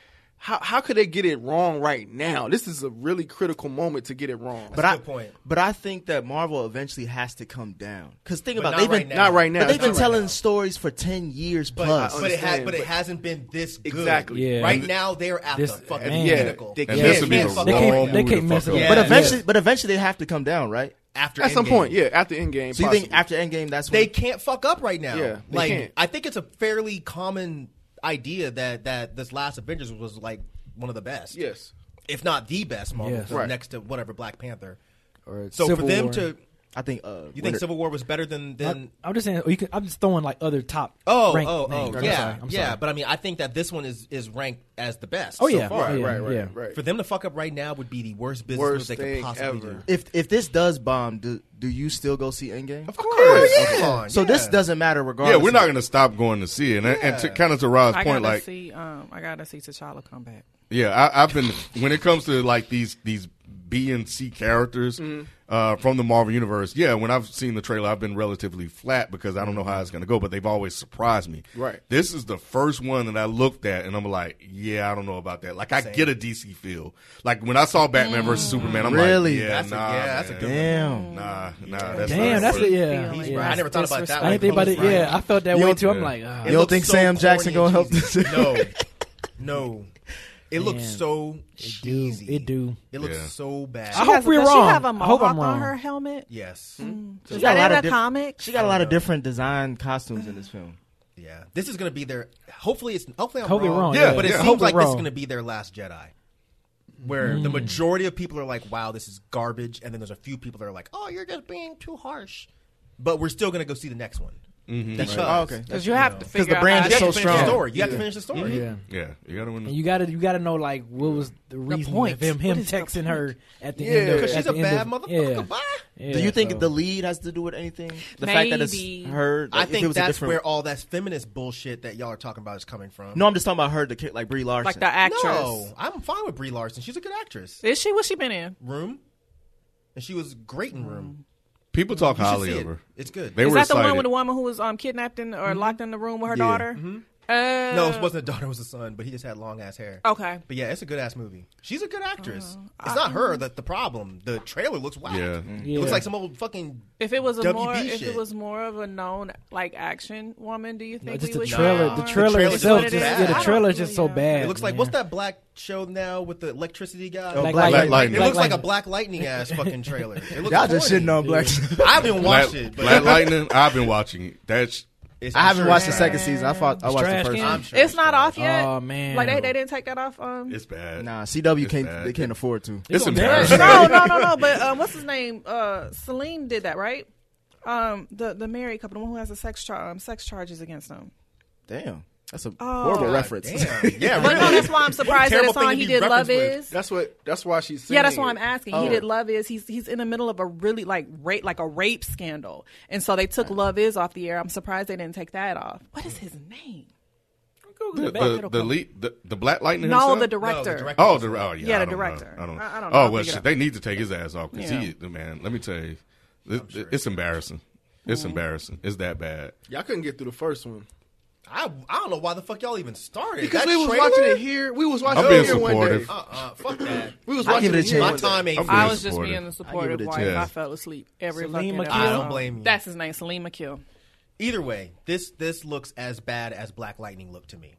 G: How, how could they get it wrong right now? This is a really critical moment to get it wrong.
C: but
E: That's
C: I
E: a good point.
C: but I think that Marvel eventually has to come down. Cause think
E: But
C: about
E: not
C: they've
E: right
C: been
E: now.
G: Not right now.
C: But they've been
E: Not right
C: telling
E: now.
C: stories for ten years
E: but, uh,
C: plus.
E: but, it has,
G: uh, understand,
E: but it
G: but-
E: hasn't been this good.
G: Exactly.
F: Yeah.
E: Right now, they're at
F: This-
E: the fucking
F: man.
G: Yeah.
E: pinnacle.
G: They
B: And
G: Yeah,
B: this would be
E: man,
B: the
E: fuck
B: wrong
E: it.
F: They can't-
B: movie
F: they
B: to
F: can't
B: fuck
F: mess it
B: up.
F: up.
E: Yeah.
C: but
F: Yeah.
C: eventually, but eventually they have to come down, right?
E: After
G: At some
E: Endgame.
G: point, yeah, after Endgame.
C: So you think
G: possibly.
C: after Endgame, that's when
E: they can't fuck up right now.
G: Yeah, they
E: like
G: can't.
E: I think it's a fairly common idea that that this last Avengers was like one of the best.
G: Yes.
E: if not the best Marvel
F: Yes.
E: film
G: Right.
E: next to whatever Black Panther.
C: Or
E: So
F: Civil
E: for them
F: War.
E: to, you
C: I think. Uh,
E: think
C: Winter-
E: Civil War was better than than.
F: I, am just saying. Or you can, I'm just throwing like other top.
E: Oh,
F: ranked
E: oh, oh,
F: names. I'm
E: yeah,
F: sorry, I'm
E: yeah.
F: sorry.
E: But I mean, I think that this one is is ranked as the best.
F: Oh
E: so
F: yeah,
E: far.
F: oh, yeah,
G: Right, right,
F: yeah.
G: right.
E: For them to fuck up right now would be the worst business move
G: Worst
E: they could
G: thing
E: possibly
G: ever.
E: do.
C: if if this does bomb, do do you still go see Endgame?
G: Of course.
E: Come on,
C: Oh, So
E: yeah.
C: this doesn't matter
B: Yeah,
C: regardless.
B: we're not
C: of-
B: going to stop going to see it. And, and to, kind of to Rod's
D: I gotta
B: point, like,
D: see. Um, I gotta see T'Challa come back.
B: yeah, I, I've been when it comes to like these these B and C characters
D: Mm-hmm.
B: uh, from the Marvel universe. Yeah, when I've seen the trailer, I've been relatively flat because I don't know how it's going to go, but they've always surprised me.
G: Right.
B: This is the first one that I looked at, and I'm like, yeah, I don't know about that. Like, I get a DC feel. Like when I saw Batman versus Superman, I'm
C: Really?
B: like, yeah,
E: That's a-
B: nah,
E: yeah, that's a
B: man.
E: good
C: Damn.
B: Nah, nah, that's
F: Damn,
B: not
F: that's
B: worth
F: it.
B: it.
F: Yeah,
D: Feeling.
F: yeah.
E: Right, I never thought about that.
F: I didn't think about it.
E: Right.
F: Yeah, I felt that
C: You
F: way
C: don't-
F: too. I'm
B: Yeah.
F: like, ah.
C: You don't
E: looks
C: think
E: so
C: Sam
E: corny
C: Jackson
E: and
C: gonna help
E: cheesy. No, no. It looks
F: Man.
E: so
F: do.
E: cheesy.
F: It do.
E: It looks
B: Yeah.
E: so bad.
F: I hope
D: Has-
F: we're
D: does
F: wrong.
D: She have a
F: I hope
D: mohawk
F: I'm
D: on
F: wrong.
D: her helmet.
E: yes.
C: She
D: Is
C: got a lot of
D: that in a
C: diff-
D: comic?
C: She got a lot of different design costumes in this film.
E: Yeah. This is going to be their. Hopefully, it's hopefully I'm
F: Hopefully
E: wrong.
F: wrong,
B: yeah,
E: but
B: yeah.
E: it seems
F: Hopefully
E: like this is
F: wrong.
E: going to be their last Jedi, where the majority of people are like, "Wow, this is garbage," and then there's a few people that are like, "Oh, you're just being too harsh," but we're still going to go see the next one. Because
C: Oh, okay.
D: Because you have to figure
C: the
D: out
C: brand
D: how
E: you
C: is
D: to-
E: have
C: so
E: to finish the
C: strong.
E: story. You have to finish the story.
F: Yeah.
B: Yeah, you got to win.
F: And you gotta you gotta know like what was the reason
D: point.
F: of him
D: What
F: him
D: is the
F: texting her at the
G: Yeah.
F: end of
E: Because she's
F: at
E: a
F: the end
E: bad
F: of-
E: motherfucker.
F: yeah.
E: Bye.
F: Yeah,
C: do you think
F: so-
C: the lead has to do with anything? The fact that it's
D: Maybe.
C: her.
E: I
C: like, if it
E: think
C: was a
E: that's
C: different-
E: where all that feminist bullshit that y'all are talking about is coming from.
C: No, I'm just talking about her, the kid, like Brie Larson.
D: like the actress?
E: no, I'm fine with Brie Larson. She's a good actress.
D: Is she? What she been in?
E: Room, and she was great in Room.
B: People talk
E: You should
B: highly
E: see
B: of
E: it.
B: her.
E: It's good.
B: They
D: Is
B: were
D: that the
B: excited.
D: one with the woman who was um kidnapped in or locked in the room with her
B: Yeah.
D: daughter? Uh,
E: No, it wasn't a daughter; it was a son. But he just had long ass hair.
C: Oh.
D: Okay.
E: But yeah, it's a good ass movie. She's a good actress. it's not her that the problem. The trailer looks whack.
B: Yeah.
E: It looks
F: Yeah.
E: like some old fucking.
D: If it was a
E: WB
D: more, if
E: shit.
D: it was more of a known like action woman, do you think
F: just
D: we
F: the
D: would get
F: trailer, the
D: more?
F: trailer,
E: The trailer
F: itself,
E: is
F: just,
E: what it is.
F: yeah,
E: I
F: the
E: don't
F: trailer is
D: really
F: just so
D: know.
F: bad.
E: It looks like
F: man.
E: what's that black show now with the electricity guy?
C: Black
B: Lightning.
E: It
B: Lightning.
E: looks
F: Oh, Black
E: like a black lightning ass fucking trailer. It looks
C: Y'all just
E: corny.
C: shitting on Black.
E: I haven't
B: Black,
E: watched it, but
B: Black Lightning. I've been watching it. That's
E: it's-
C: I
E: I'm
C: haven't
E: sure
C: watched the
E: it's
C: second
E: trash.
C: season. I, fought, I watched the
F: trash
C: first
F: can.
E: I'm
C: one.
E: sure
D: It's not
E: trash.
D: off yet.
F: Oh, man.
D: like they, they didn't take that off. Um,
B: it's bad.
C: Nah, CW
B: It's
C: can't.
B: bad.
C: They can't afford to.
B: It's
F: gonna
B: embarrassing.
D: no, no, no, no. But um, what's his name? Uh, Celine did that, right? Um, the the married couple, the one who has the sex char- um, sex charges against them.
C: Damn, that's a
D: Oh.
C: horrible
D: God
C: reference.
E: Damn. Yeah,
D: But no,
E: really.
D: that's why I'm surprised that
E: terrible
D: it's
E: thing
D: on.
E: to
D: He
E: be
D: did Love
E: referenced with.
D: Is.
G: That's what. That's why she's.
D: Yeah, that's
G: singing
D: why I'm
G: it.
D: asking.
G: Oh.
D: He did Love Is. He's he's in the middle of a really like rape like a rape scandal, and so they took Love Is off the air. I'm surprised they didn't take that off. What is his name?
B: The, the, the, lead, the, the Black Lightning.
D: No,
B: himself?
D: the director.
E: director.
B: Oh, the oh yeah,
D: Yeah,
B: I don't
D: the
B: know.
D: director.
B: I don't.
D: I- I don't know.
B: Oh
D: I'll
B: well,
D: pick it
B: shit.
D: up.
B: They need to take his ass off because
D: Yeah.
B: he, man. Let me tell you,
E: Oh,
B: it, it's embarrassing.
D: Mm-hmm.
B: It's embarrassing. It's that bad.
G: Y'all couldn't get through the first one
E: I, I don't know why the fuck y'all even started.
G: because
E: That
G: we was
E: trailer?
G: watching it here. We was watching
B: I'm
G: it
B: being
G: here one day.
B: supportive.
E: Uh-uh, fuck that.
G: We was
C: I
G: watching
C: give it a
G: it here
C: chance.
E: My
G: one day.
E: time ain't.
B: I'm
D: I
B: being
D: was just
B: supportive.
D: being the
C: I give
D: supportive
C: it a
D: wife.
B: chance.
D: I fell asleep every
F: Celine
D: fucking
F: McKeel?
D: episode.
E: I don't blame you.
D: That's his name, Celine McKeel.
E: Either way, this this looks as bad as Black Lightning looked to me.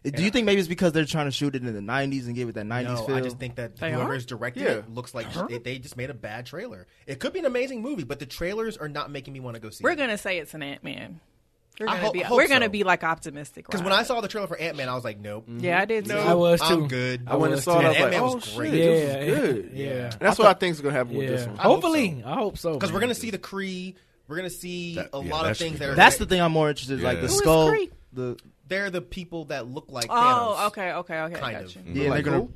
C: Do you think maybe it's because they're trying to shoot it in the '90s and give it that '90s
E: No,
C: feel?
E: I just think that
D: They
E: whoever's
D: aren't?
E: directing
G: Yeah.
E: it looks like they, they just made a bad trailer. It could be an amazing movie, but the trailers are not making me want to go see
D: We're
E: it.
D: gonna say it's an Ant Man. We're
E: I
D: gonna
E: ho-
D: be
E: hope
D: we're gonna
E: so.
D: be like optimistic.
E: Because when I saw the trailer for Ant Man, I was like, nope.
D: yeah, I did too.
F: I was too.
E: I'm good.
G: I went and
F: was
G: saw it. I was
E: too.
G: like,
E: Ant-Man
G: oh
E: was
G: shit,
E: great.
G: this
F: Yeah,
G: is good.
F: yeah, yeah.
G: And that's what I think is gonna happen with this
F: Yeah.
G: one.
F: Hopefully, I hope so.
E: Because we're
F: man.
E: going to see the Kree. We're going to see
B: That-
E: a
B: yeah,
E: lot
B: that
E: of
B: should
E: things
B: be
E: that are.
B: good.
C: That's the thing I'm more interested in, like
B: Yeah.
C: the
B: Who
D: is
C: skull.
D: Kree?
C: The
E: They're the people that look like Thanos.
D: oh, okay, okay, okay.
E: Kind
D: got
E: of.
D: you.
E: Mhm.
C: yeah, and
G: Like
C: they're gonna
G: who?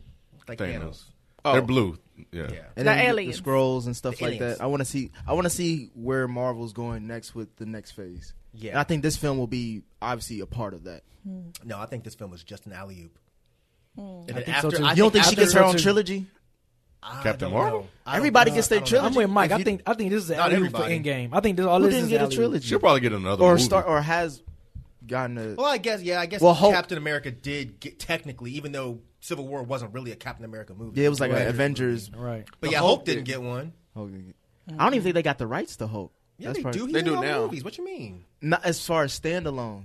E: Like Thanos.
B: Thanos.
G: Oh.
B: They're blue. Yeah.
E: Yeah.
C: and
D: The
C: then you get
D: aliens.
C: the scrolls and stuff
E: The
C: like
E: aliens.
C: that. I want to see. I want to see where Marvel's going next with the next phase.
E: Yeah.
C: and I think this film will be obviously a part of that.
E: No, I think this film was just an alley oop.
D: Hmm.
F: I think so, too.
C: You don't think she gets her own
F: so too.
C: trilogy?
B: Captain Marvel?
C: Everybody gets their
F: I'm
C: trilogy.
F: with Mike.
E: If
F: I
E: you-
F: think I think this is an
E: Not
F: alley for
E: everybody.
F: Endgame. I think this all
C: Who
F: this
C: didn't
F: is
C: get a
F: alley-oop.
C: trilogy?
B: She'll probably get another
C: or
B: movie.
C: start or has gotten a.
E: Well, I guess yeah. I guess
C: Well, Hulk-
E: Captain America did get, technically, even though Civil War wasn't really a Captain America movie.
C: yeah, it was like
E: Right.
C: an Avengers.
F: Right.
E: But yeah, Hulk, didn't get one.
C: Hulk. I don't even think they got the rights to Hulk.
E: Yeah,
C: That's
E: they
C: probably-
E: do. He's
G: They
E: in
G: do
E: all the
G: now.
E: movies. What you mean?
C: Not as far as standalone,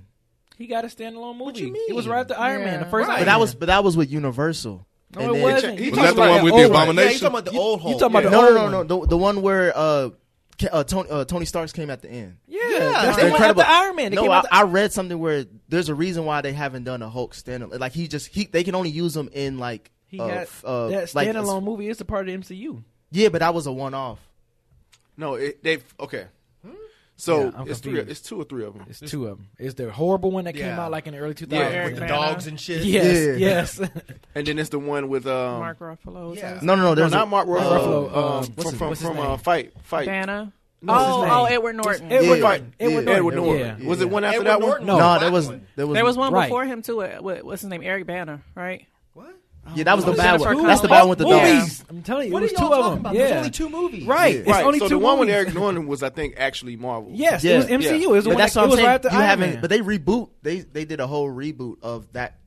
F: He got a standalone movie.
E: you mean?
F: It was right after Iron Man, the
D: Yeah.
F: first.
E: Right.
C: but
F: Iron Man.
C: that was but that was with Universal.
F: No,
C: And
F: it
C: then-
F: wasn't. You
B: Was
F: talking
B: that the
F: about
B: one with the
F: old
B: abomination?
E: Yeah, you talking about the old Hulk?
F: You talking about the
C: no,
F: old
C: no, no,
F: one.
C: no, the, the one where uh, Ca- uh, Tony uh, Tony Stark's came at the end.
F: Yeah,
E: Yeah,
F: that's
E: the
F: the one after
C: Incredible.
F: Iron Man. They
C: no,
F: came
C: I,
F: out the-
C: I read something where there's a reason why they haven't done a Hulk standalone. Like he just he they can only use him in like
F: He
C: uh,
F: had-
C: f- uh,
F: that
C: like,
F: standalone movie is a part of the MCU.
C: yeah, but that was a one off.
G: No, it, they okay. So
F: Yeah, I'm
G: it's three.
F: confused.
G: It's two or three of them.
F: It's two of them. It's the horrible one that came
E: Yeah.
F: out like in the early 2000s.
G: Yeah.
E: with the
D: Banner.
E: dogs and shit?
F: Yes, yes.
G: And then it's the one with um,
D: Mark Ruffalo. is
E: Yeah.
D: that his-
C: No, no, no.
G: no,
C: There's
G: not
C: a,
G: Mark
F: Mark
G: Ruffalo.
F: Ruffalo,
G: um,
F: um, what's
G: from
F: his-
G: from,
F: what's his
G: from uh,
F: name?
G: fight fight.
D: Banner.
F: No, what's his
D: oh,
F: name?
D: oh, Edward Norton.
F: Edward
C: Yeah.
F: Norton. Edward
C: Yeah.
G: Edward
F: Norton.
G: Norton.
F: Yeah.
G: Was it one after
E: Edward
G: that one?
E: Norton
F: No.
E: the
C: No,
E: black
C: that was
E: one.
C: there was
D: There was one
F: Right.
D: before him too. uh, what- What's his name? Eric Banner, right?
E: What?
C: Yeah, that was the
D: Who?
C: bad one.
D: Jennifer
C: That's the bad
D: Connelly.
C: one with the dogs.
F: movies. I'm telling you,
E: What
F: it
E: are
F: was
E: y'all
F: two of
E: talking
F: them.
E: about?
F: Yeah.
E: There's only two movies.
F: Right.
E: Yeah.
F: It's only
G: so
F: two
G: the one with
F: movies.
G: Eric Norton was, I think, actually Marvel.
F: Yes,
C: Yeah.
F: it was MCU. It was the
G: Yeah.
F: one
C: But that's
F: that,
C: what
F: it
C: I'm
F: was
C: saying.
F: right after
C: you
F: Iron
C: haven't,
F: Man.
C: but they reboot. They they did a whole reboot of that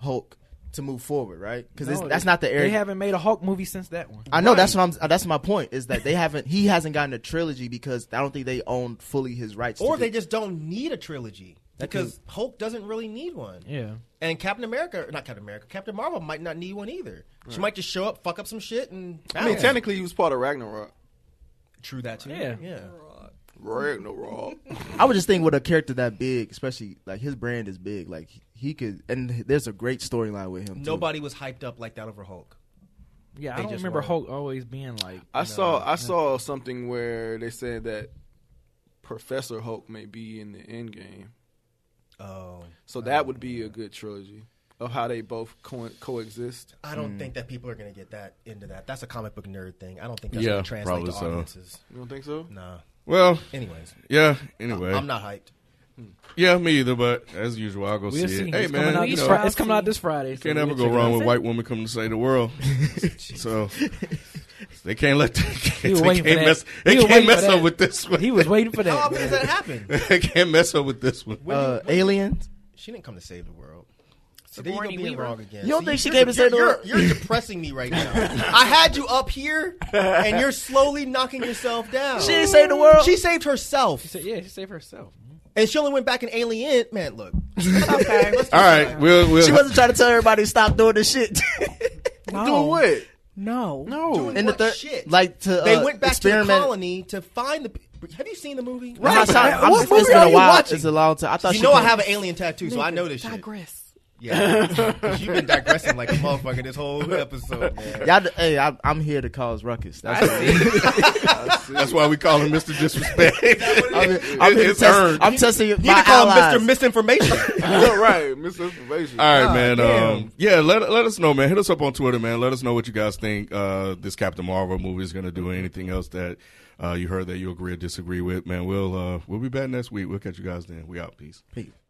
C: Hulk to move forward, right? Because
F: No,
C: that's
F: they-
C: not the
F: They
C: Eric.
F: haven't made a Hulk movie since that one.
C: I know that's what I'm. uh, That's my point is that they haven't. He hasn't gotten a trilogy because I don't think they own fully his rights. to
E: Or
C: do-
E: they just don't need a trilogy because Hulk doesn't really need one.
F: Yeah.
E: And Captain America, not Captain America, Captain Marvel might not need one either. She might just show up, fuck up some shit, and
G: I mean, technically, he was part of Ragnarok.
E: true that too.
F: Yeah.
E: yeah.
G: Ragnarok.
C: I would just think with a character that big, especially like his brand is big, like he could. And there's a great storyline with him. too.
E: Nobody was hyped up like that over Hulk. They
F: Yeah, I don't
E: just
F: remember
E: weren't.
F: Hulk always being like.
G: I saw I saw something where they said that Professor Hulk may be in the end game.
E: Oh,
G: So that would be a good trilogy of how they both co- coexist.
E: I
F: Hmm.
E: don't think that people are going to get that into that. That's a comic book nerd thing. I don't think that's
B: Yeah,
E: going to translate
B: probably
E: to
B: so.
E: audiences.
G: You don't think so?
E: Nah.
B: Well,
E: Anyways,
B: yeah. Anyway,
E: I'm not hyped.
B: Yeah, me either. But as usual, I'll go
F: We'll
B: see,
F: see.
B: it. Hey
F: It's coming
B: man,
F: out
B: you
F: this
B: know,
F: Fri- it's coming out this Friday. so
B: can't
F: we'll
B: ever
F: check
B: go
F: it out.
B: wrong with white women coming to save the world. so they can't let that, they
F: was waiting
B: can't
F: for that.
B: mess they
F: He was
B: can't
F: waiting for
B: mess up
F: that.
B: with this one.
F: He was waiting for
E: How
F: that.
E: often does that happen?
B: they can't mess up with this one.
C: Uh, aliens.
E: She didn't come to save the world. So
D: Sigourney
E: being
D: Weaver.
E: wrong again.
C: You don't
E: See,
C: think she
E: you're-
C: came to save the
E: you're-
C: world?
E: You're, you're depressing me right now. I had you up here, and you're slowly knocking yourself down.
C: She didn't save the world.
E: She saved herself,
F: So, yeah, she saved herself.
E: and she only went back in Alien. Man, look.
D: Okay.
B: All right, we'll we'll
C: She wasn't trying to tell everybody to stop doing this shit.
D: No.
G: Doing what?
D: No.
G: No.
E: Doing
C: the
E: what
C: third-
E: shit?
C: like to
E: They
C: uh,
E: went back
C: experiment.
E: to the colony to find the. pe- Have you seen the movie?
C: I'm not trying- I'm
E: What
C: just-
E: movie
C: it's been
E: are
C: a
E: you
C: while.
E: watching?
C: It's a long time. I thought
E: You
C: she
E: know I
C: came-
E: have an alien tattoo, so I know this shit.
D: Digress.
E: Yeah, you've been digressing like a motherfucker this whole episode, man.
C: Y'all, hey, I, I'm here to cause ruckus. That's what it is.
B: That's why we call him Mr. Disrespect.
C: I'm,
B: It-
C: I'm here to
B: it's
C: test-
B: earned.
C: I'm testing my
E: You need to call him
C: allies.
E: Mr. Misinformation.
G: right. Misinformation.
B: All right, man. Um, yeah, let let us know, man. Hit us up on Twitter, man. Let us know what you guys think uh, this Captain Marvel movie is going to do. Anything else that uh, you heard that you agree or disagree with, man. We'll uh, we'll be back next week. We'll catch you guys then. We out. Peace.
C: Peace.